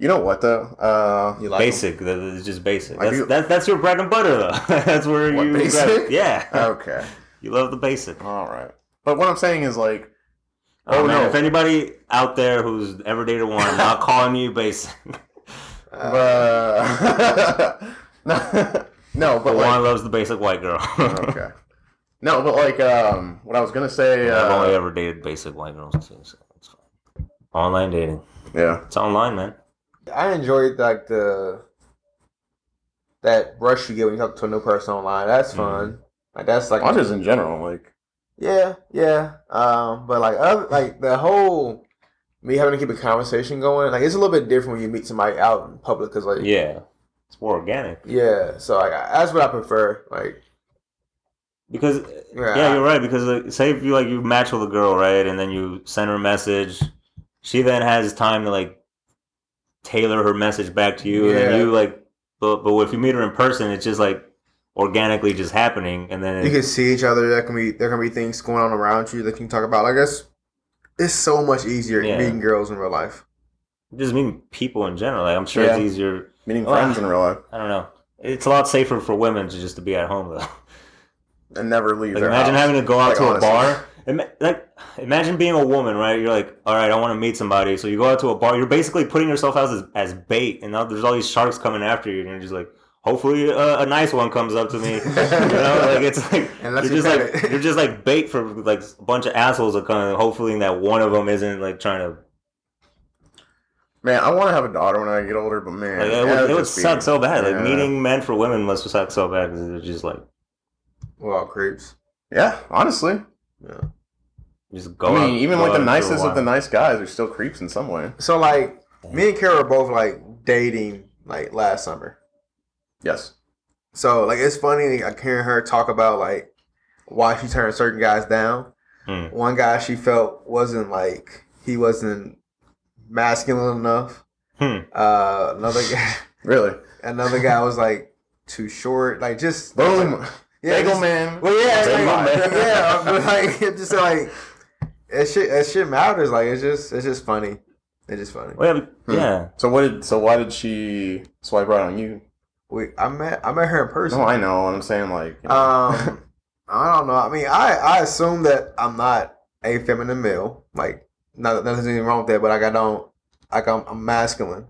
You know what though? Uh,
you
Basic. That is just basic.
I do-
That's, that's that's your bread and butter though. that's where
What,
you
basic? Uh, oh,
yeah.
okay.
you love the basic.
All right. But what I'm saying is like,
Oh,
Oh,
man,
no.
If anybody out there who's ever dated one, I'm not calling you basic.
them. Uh,
uh, no, no, but
But
like,
Juan loves the basic white girl.
okay. No, but like, um, what I was gonna say.
I've
Uh,
only ever dated basic white girls too, so it's fine. Online dating.
yeah.
It's online, man.
I enjoyed like the that rush you get when you talk to a new person online. That's
Mhm.
fun. Like that's like
Well, just in general, like
Yeah, yeah. Um, but like other, like the whole me having to keep a conversation going, like it's a little bit different when you meet somebody out in public because like
Yeah. It's more organic.
yeah. So like I- that's what I prefer. Like
Because
yeah,
yeah, you're right. Because like, say if you like you match with a girl, right, and then you send her a message, she then has time to like tailor her message back to you, and
Yeah.
then you like. But but if you meet her in person, it's just like organically just happening, and then
you can see each other. There can be there can be things going on around you that you can talk about. Like that's it's so much easier
Yeah.
meeting girls in real life.
just meeting people in general. Like I'm sure it's
Oh, Yeah.
easier.
meeting
Well,
friends in real life
I don't know. It's a lot safer for women to just to be at home though.
and never leave
Like
their
imagine
house.
having to go out
Like,
to a
honestly.
bar. Ima- like imagine being a woman, right? You're like, all right, I want to meet somebody. So you go out to a bar. You're basically putting yourself out as as bait, and now there's all these sharks coming after you, and you're just like, hopefully uh, a nice one comes up to me. you know, like it's like
Unless
you're
you
just
cut
like
it.
you're just like bait for like a bunch of assholes are coming. Hopefully that one of them isn't like trying to.
Man, I want to have a daughter when I get older, but man,
Like, it
that
would, it would
just be-
suck so bad.
yeah.
Like meeting men for women must suck so bad because they're just like
We're all creeps.
Yeah, honestly.
just go.
I mean,
out-
even
go
like
out
the
for a
nicest of
while.
the nice guys are still creeps in some way.
So like me and Kara are both like dating like last summer.
Yes.
So like it's funny like, hearing her talk about like why she turned certain guys down.
Mm.
One guy she felt wasn't like he wasn't masculine enough.
Hmm.
Uh, another guy,
Really.
another guy was like too short. Like just
Boom.
yeah,
Bagel
just-
man.
Well,
Bagel
yeah, like,
man.
yeah, but like it's just like it shit. It shit matters. Like it's just it's just funny. It's just funny.
Well, yeah, but-
Hmm.
yeah.
So what did so why did she swipe right on you?
We I met I met her in person.
No, I know, and I'm saying like you know.
Um, I don't know. I mean, I I assume that I'm not a feminine male. Like, not that there's anything wrong with that, but like I don't like I'm, I'm masculine.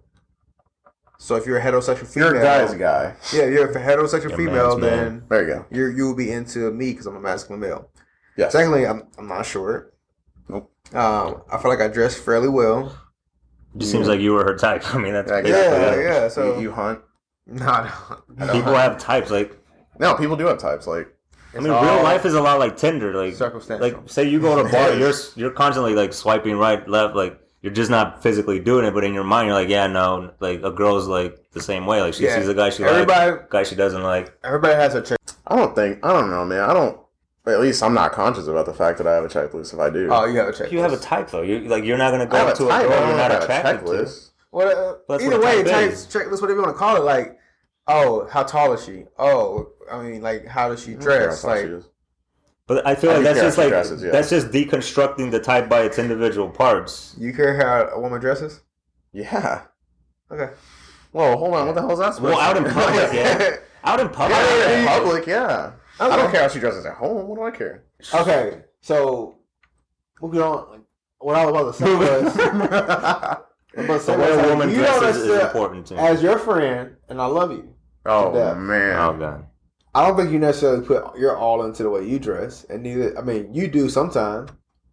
So if you're a heterosexual female,
you're a guy's guy.
yeah, if you're a heterosexual
You're a man's
female,
man.
then
There you go.
you you will be into me because I'm a masculine male.
Yes.
Secondly, I'm I'm not short.
Nope.
Um, I feel like I dress fairly well.
Just
Yeah.
seems like you were her type. I mean, that's
Yeah,
basically
Yeah,
it.
So
yeah. So
you, you hunt.
no, I don't.
People have types. Like,
No, people do have types. Like
I mean, real life is a lot like Tinder. Like,
circumstantial.
like say you go to a bar,
Yes.
you're you're constantly like swiping right, left. Like, you're just not physically doing it, but in your mind, you're like, yeah, no. Like, a girl's like the same way. Like, she
Yeah.
sees a guy she likes,
everybody
guy she doesn't like.
everybody has a check.
I don't think I don't know, man. I don't. At least I'm not conscious about the fact that I have a checklist. If I do,
Oh, you have a check.
If you have a type though, you like you're not gonna
I
go
have
up
a
to
type.
a
I
girl
don't
you're not
have a
attracted to.
checklist.
Well, uh,
That's
either
what a
way,
type
type
is.
checklist, whatever you want to call it. Like, oh, how tall is she? Oh, I mean, like, how does she
I don't care how
dress?
tall she
Like,
is.
But I feel
I
like
do
that's
care
just
how she
like
dresses, yeah.
that's just deconstructing the type by its individual parts.
You care how a woman dresses?
Yeah.
Okay.
Whoa, hold on. What the hell is that? supposed
Well, out
to
in
mean?
public, yeah. Out in public,
Out in
yeah.
public, yeah. I don't care how she dresses at home. What do I care?
Okay, so moving on. What I was about to say was,
Oh,
but
the way a woman
you don't
dresses is
necessarily-
important to me.
as your friend, and I love you.
oh
Yeah.
man.
oh god,
I don't think you necessarily put your all into the way you dress, and neither. I mean, you do sometimes.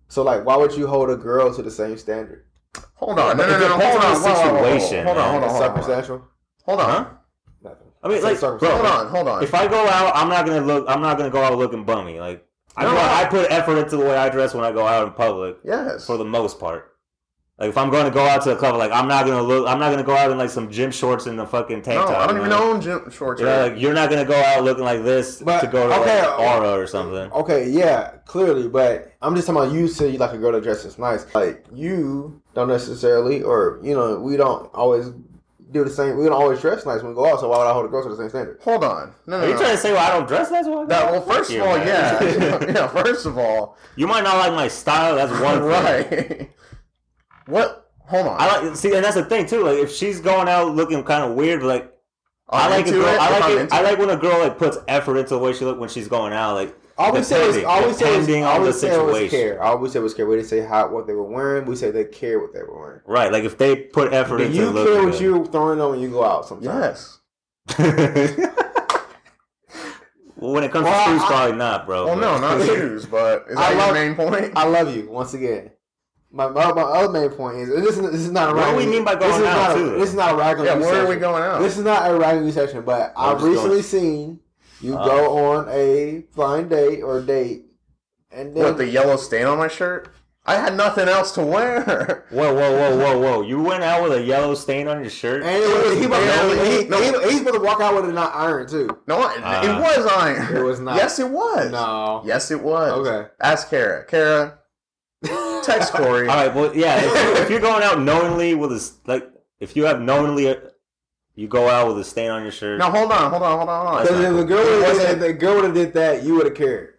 So like, why would you hold a girl to the same standard?
Hold on. No,
It
no, no, no.
depends
Hold
on
on.
the
Whoa, whoa, whoa, whoa.
situation,
Hold on.
man.
Hold on. Hold on. Hold on.
Circumstantial?
Hold
huh?
on.
Nothing.
I mean,
Say
like, bro,
circumstantial.
Hold on. Hold on.
If I go out, I'm not gonna look. I'm not gonna go out looking bummy. Like I,
No,
put-
no.
I put effort into the way I dress when I go out in public,
Yes.
for the most part. Like if I'm going to go out to a club, like I'm not gonna look. I'm not gonna go out in like some gym shorts and a fucking tank
no,
top.
I don't
man.
even own gym shorts.
You know, like you're not gonna go out looking like this
But,
to go to
okay,
like, Aura or something.
uh,
Okay, yeah, clearly, but I'm just talking about you say you like a girl that dresses nice. Like you don't necessarily, or you know, we don't always do the same. We don't always dress nice when we go out. So why would I hold a girl to the same standard?
Hold on. No, no,
Are you
no.
trying to say well, I don't dress that's why?
that, well, first of all, yeah. yeah, first of all,
you might not like my style. That's one thing.
right. what? Hold on.
I like see, and that's the thing too. Like if she's going out looking kind of weird, like i
I'm
like a
into
girl.
it,
I
if I'm
like it.
into
I like when a girl like puts effort into the way she look when she's going out. Like
All we said was,
Depending-
all we said was,
depending
all
on
we
the
said was
situation.
care. All we said was care. We didn't say how what they were wearing. We said they care what they were wearing.
right, like if they put effort
Do
into
you
looking
care what
good.
you're throwing on when you go out sometimes?
Yes.
Well, when it comes
Well,
to shoes,
I-
probably not, bro.
Well,
but-
no, not shoes, but is that
I
your
love-
main point?
I love you once again. My, my, my other main point is and this is, this is not a
What do we
ragging-
mean by
this
going
is
out,
not a-
too?
This is not a ragging.
yeah,
you
where are we
session.
going out?
This is not a ragging you session, but
I'm
I've
just
recently
going-
seen you
Uh.
go on a blind date or date, and then
What the yellow stain on my shirt? I had nothing else to wear.
Whoa, whoa, whoa, whoa, whoa! You went out with a yellow stain on your shirt.
and it was, he about to,
barely-
he, he, he's about to walk out with it not iron too.
No, it,
Uh,
it was iron.
it was not.
Yes, it was.
No.
Yes, it was.
Okay.
Ask Kara. Kara, text Corey.
All right, well, yeah. If, you- if you're going out knowingly with a s- like, if you have knowingly, uh, you go out with a stain on your shirt.
No, hold on, hold on, hold on, hold
That's
on.
not
Because if the
cool.
girl would
wasn't-
have the girl would have did that, you would have cared.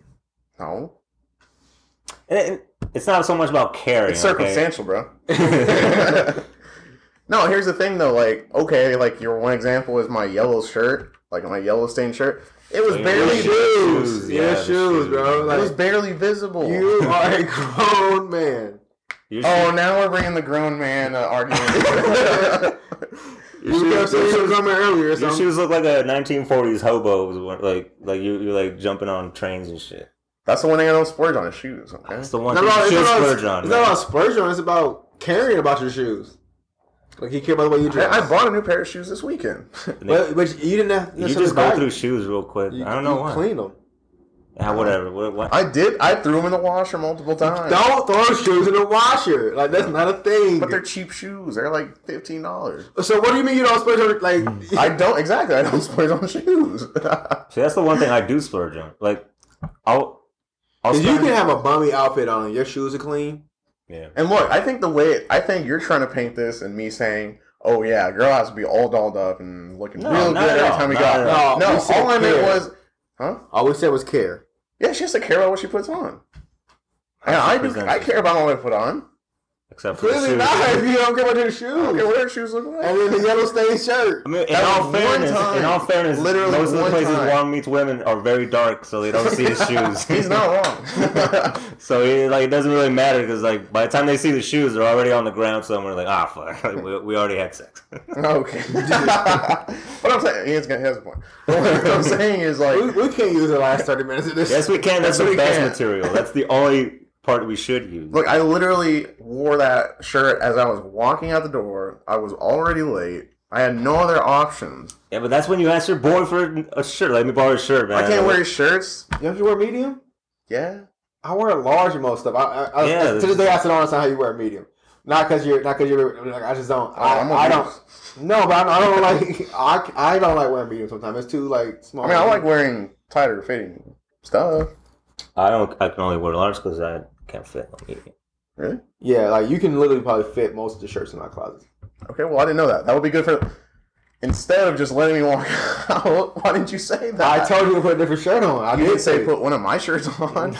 No,
And it- it's not so much about caring.
it's
okay?
circumstantial, bro. no, here's the thing though. Like, okay, like your one example is my yellow shirt, like my yellow stained shirt. It was
Like,
barely,
your
it
shoes.
Yeah,
Your
the
shoes, bro. Like-
was barely visible.
You are a grown man.
Your
Oh,
shoes-
now we're bringing the grown man uh, argument.
your shoes-
You kept saying you were coming earlier. or
Your
something.
shoes look like a 1940s hobo. was one- Like, like you, you like jumping on trains and shit.
That's the one thing I don't splurge on is shoes. Okay.
That's the one
It's not
thing
about-
you
it's
should
not about-
splurge on.
It's not
man.
about splurge on. It's about caring about your shoes. Like he cared about the way you dress.
I, I bought a new pair of shoes this weekend.
but, but you didn't have.
You just go through shoes real quick. I don't know why.
Clean them.
Uh-huh.
Ah, whatever. What, what?
I did. I threw them in the washer multiple times.
Don't throw shoes in the washer. Like that's not a thing.
But they're cheap shoes. They're like fifteen dollars.
so what do you mean you don't splurge on
Mm.
like?
I don't exactly. I don't splurge on shoes.
See, that's the one thing I do splurge on. Like, I'll, I'll
'Cause you
spend-
can have a bummy outfit on and your shoes are clean.
yeah.
and look, I think the way I think you're trying to paint this, and me saying, "Oh yeah, a girl has to be all dolled up and looking
No,
real
not
good
at
every
all.
time we
Not
got."
at
all.
No,
We said
all I meant
care.
was, huh?
All we said was care.
Yeah, she has to care about what she puts on. And
How she
I do.
presents
I
it.
care about what I put on.
Except for the
Clearly
shoes.
not if you don't care about your
I don't care
shoes.
what her shoes look like.
And then the yellow stained shirt.
I mean, in
That was
all
one
fairness, in
time.
all fairness,
Literally
most of the
one
places
time.
Wong meets women are very dark, so they don't see his shoes.
He's not wrong.
So it, like, it doesn't really matter because like by the time they see the shoes, they're already on the ground somewhere. Like, ah, fuck, like, we, we already had sex.
okay. what I'm saying, he has, he has a point. But what I'm saying is like,
We, we can't use the last thirty minutes of this.
yes, we can. That's
Yes,
the
we
best
can.
material. That's the only part we should use.
Look, I literally wore that shirt as I was walking out the door. I was already late. I had no other options.
Yeah, but that's when you ask your boy for a shirt. Let me borrow your shirt, man.
I can't wear shirts.
You have to wear medium.
Yeah.
I wear a large most stuff. I, I, I
Yeah.
to this day I still don't understand how you wear a medium. Not because you're not because you're like I just don't. I,
Oh, I'm
I don't.
abused.
No, but I, I don't like. I, I don't like wearing medium sometimes. It's too like small.
I mean, I like wearing tighter fitting stuff.
I don't. I can only wear large because I can't fit.
Really?
Yeah, like you can literally probably fit most of the shirts in my closet.
Okay. Well, I didn't know that. That would be good for. Instead of just letting me walk out, why didn't you say
I
that?
told you to put a different shirt on. I
you
did
did say
say
put one of my shirts on.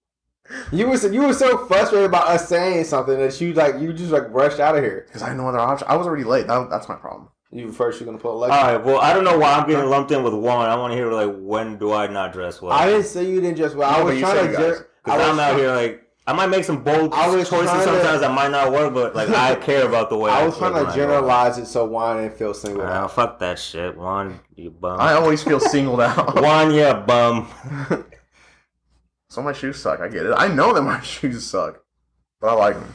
you was you were so frustrated by us saying something that you like you just like rushed out of here.
Because I had no other option. I was already late. That, that's my problem.
You first you're gonna put a
All
lecture.
right. Well, I don't know why I'm getting lumped in with one. I want to hear like when do I not dress well?
I didn't say you didn't dress well.
No,
I
but
was
you
trying
said
to
you guys.
jer- I
Because
was
I'm out here like I might make some bold
I was
choices
trying to-
sometimes that might not work, but like I care about the way.
I was trying
look when
to
I go out.
generalize it so Juan didn't feel singled
Nah,
out.
fuck that shit, Juan. You bum.
I always feel singled out.
Juan, you bum.
so my shoes suck. I get it. I know that my shoes suck, but I like them.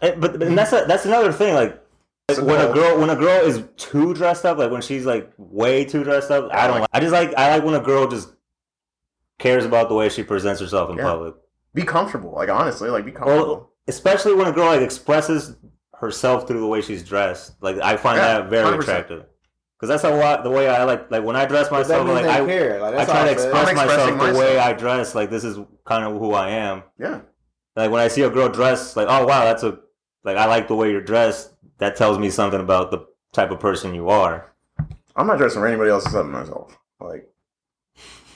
Eh, But, but and that's a, that's another thing. Like
It's a
when a
no.
girl when a girl is too dressed up, like when she's like way too dressed up, I don't. Like, I just like I like when a girl just cares about the way she presents herself in
Yeah.
public.
Be comfortable. Like honestly, like be comfortable.
Well, especially when a girl like expresses herself through the way she's dressed. Like I find
Yeah,
that very
100%.
attractive. Because that's a lot the way I like. Like when I dress
That
myself, like
means they
I,
care. Like,
I
that's
try
all
to
it says.
express
I'm
myself the
expressing
way
myself.
I dress. Like this is kind of who I am.
yeah.
Like when I see a girl dressed, like oh wow, that's a like I like the way you're dressed. That tells me something about the type of person you are.
I'm not dressing for anybody else except myself. Like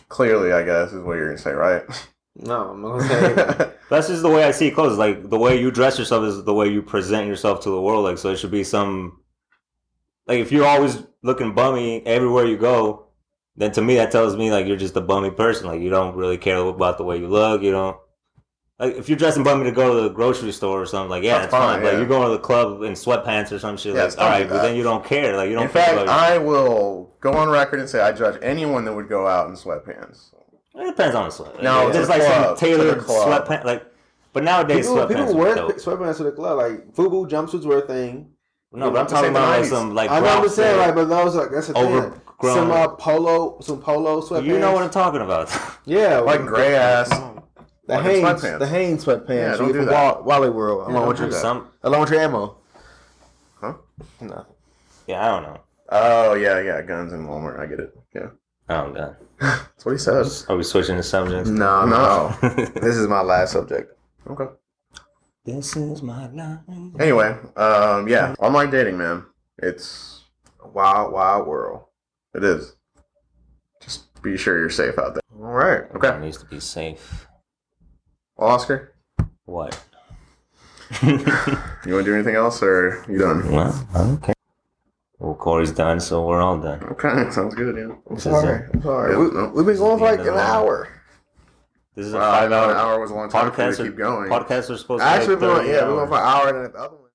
clearly, I guess is what you're gonna say, right?
No, I'm not gonna say.
That's just the way I see clothes. Like the way you dress yourself is the way you present yourself to the world. Like so, it should be some like if you're always looking bummy everywhere you go, then to me that tells me like you're just a bummy person. Like you don't really care about the way you look. You don't like if you're dressing bummy to go to the grocery store or something. Like yeah,
That's
it's fine.
fine,
But
yeah.
you're going to the club in sweatpants or some shit.
Yeah,
like
don't
all
do
right, but
that.
then you don't care. Like you don't.
In
care
fact,
about your-
I will go on record and say I judge anyone that would go out in sweatpants.
It depends on the sweat.
No,
No,
to
there's
the
like
club, to
some tailored
the club.
sweatpants. Like, but nowadays
people,
sweatpants
people
are
wear
dope.
sweatpants to the club. Like FUBU jumpsuits were a thing.
No, but I'm
It's
talking
in the
about like
90s.
some like.
I know
brown
what I'm saying,
fit.
like, but those like that's a thing.
Overgrown.
Some uh, polo, some polo sweatpants.
you know what I'm talking about.
Yeah,
Like gray ass.
The
fucking
Hanes,
sweatpants.
the Hanes sweatpants.
Yeah,
you
don't
get
do
from
that.
Wal- Wally World.
don't
along with
do
your,
that.
some
along with your ammo.
Huh?
No.
yeah, I don't know.
Oh yeah, yeah, guns in Walmart. I get it. Yeah,
Oh god,
that's what he says.
are we switching the subjects?
No,
No.
Mm.
This is my last subject.
okay.
this is my life.
Anyway, um, yeah, online dating, man. It's
Wild, wild world.
it is. Just be sure you're safe out there.
All right.
Okay.
Everyone needs to be safe.
Oscar,
What?
you want to do anything else, or you done?
well, okay. Well, Corey's done, so we're all done.
Okay, sounds good. Yeah.
This is
Sorry.
a,
I'm sorry.
Yeah,
we,
no.
We've been going for like
Yeah,
an
no.
hour.
this is a
Well, I
five
know
hour
an hour was a long time for me
podcast.
to keep going.
Podcasts are supposed to
Actually,
make
we went,
30
yeah, we
hours.
went for an hour and then the other one.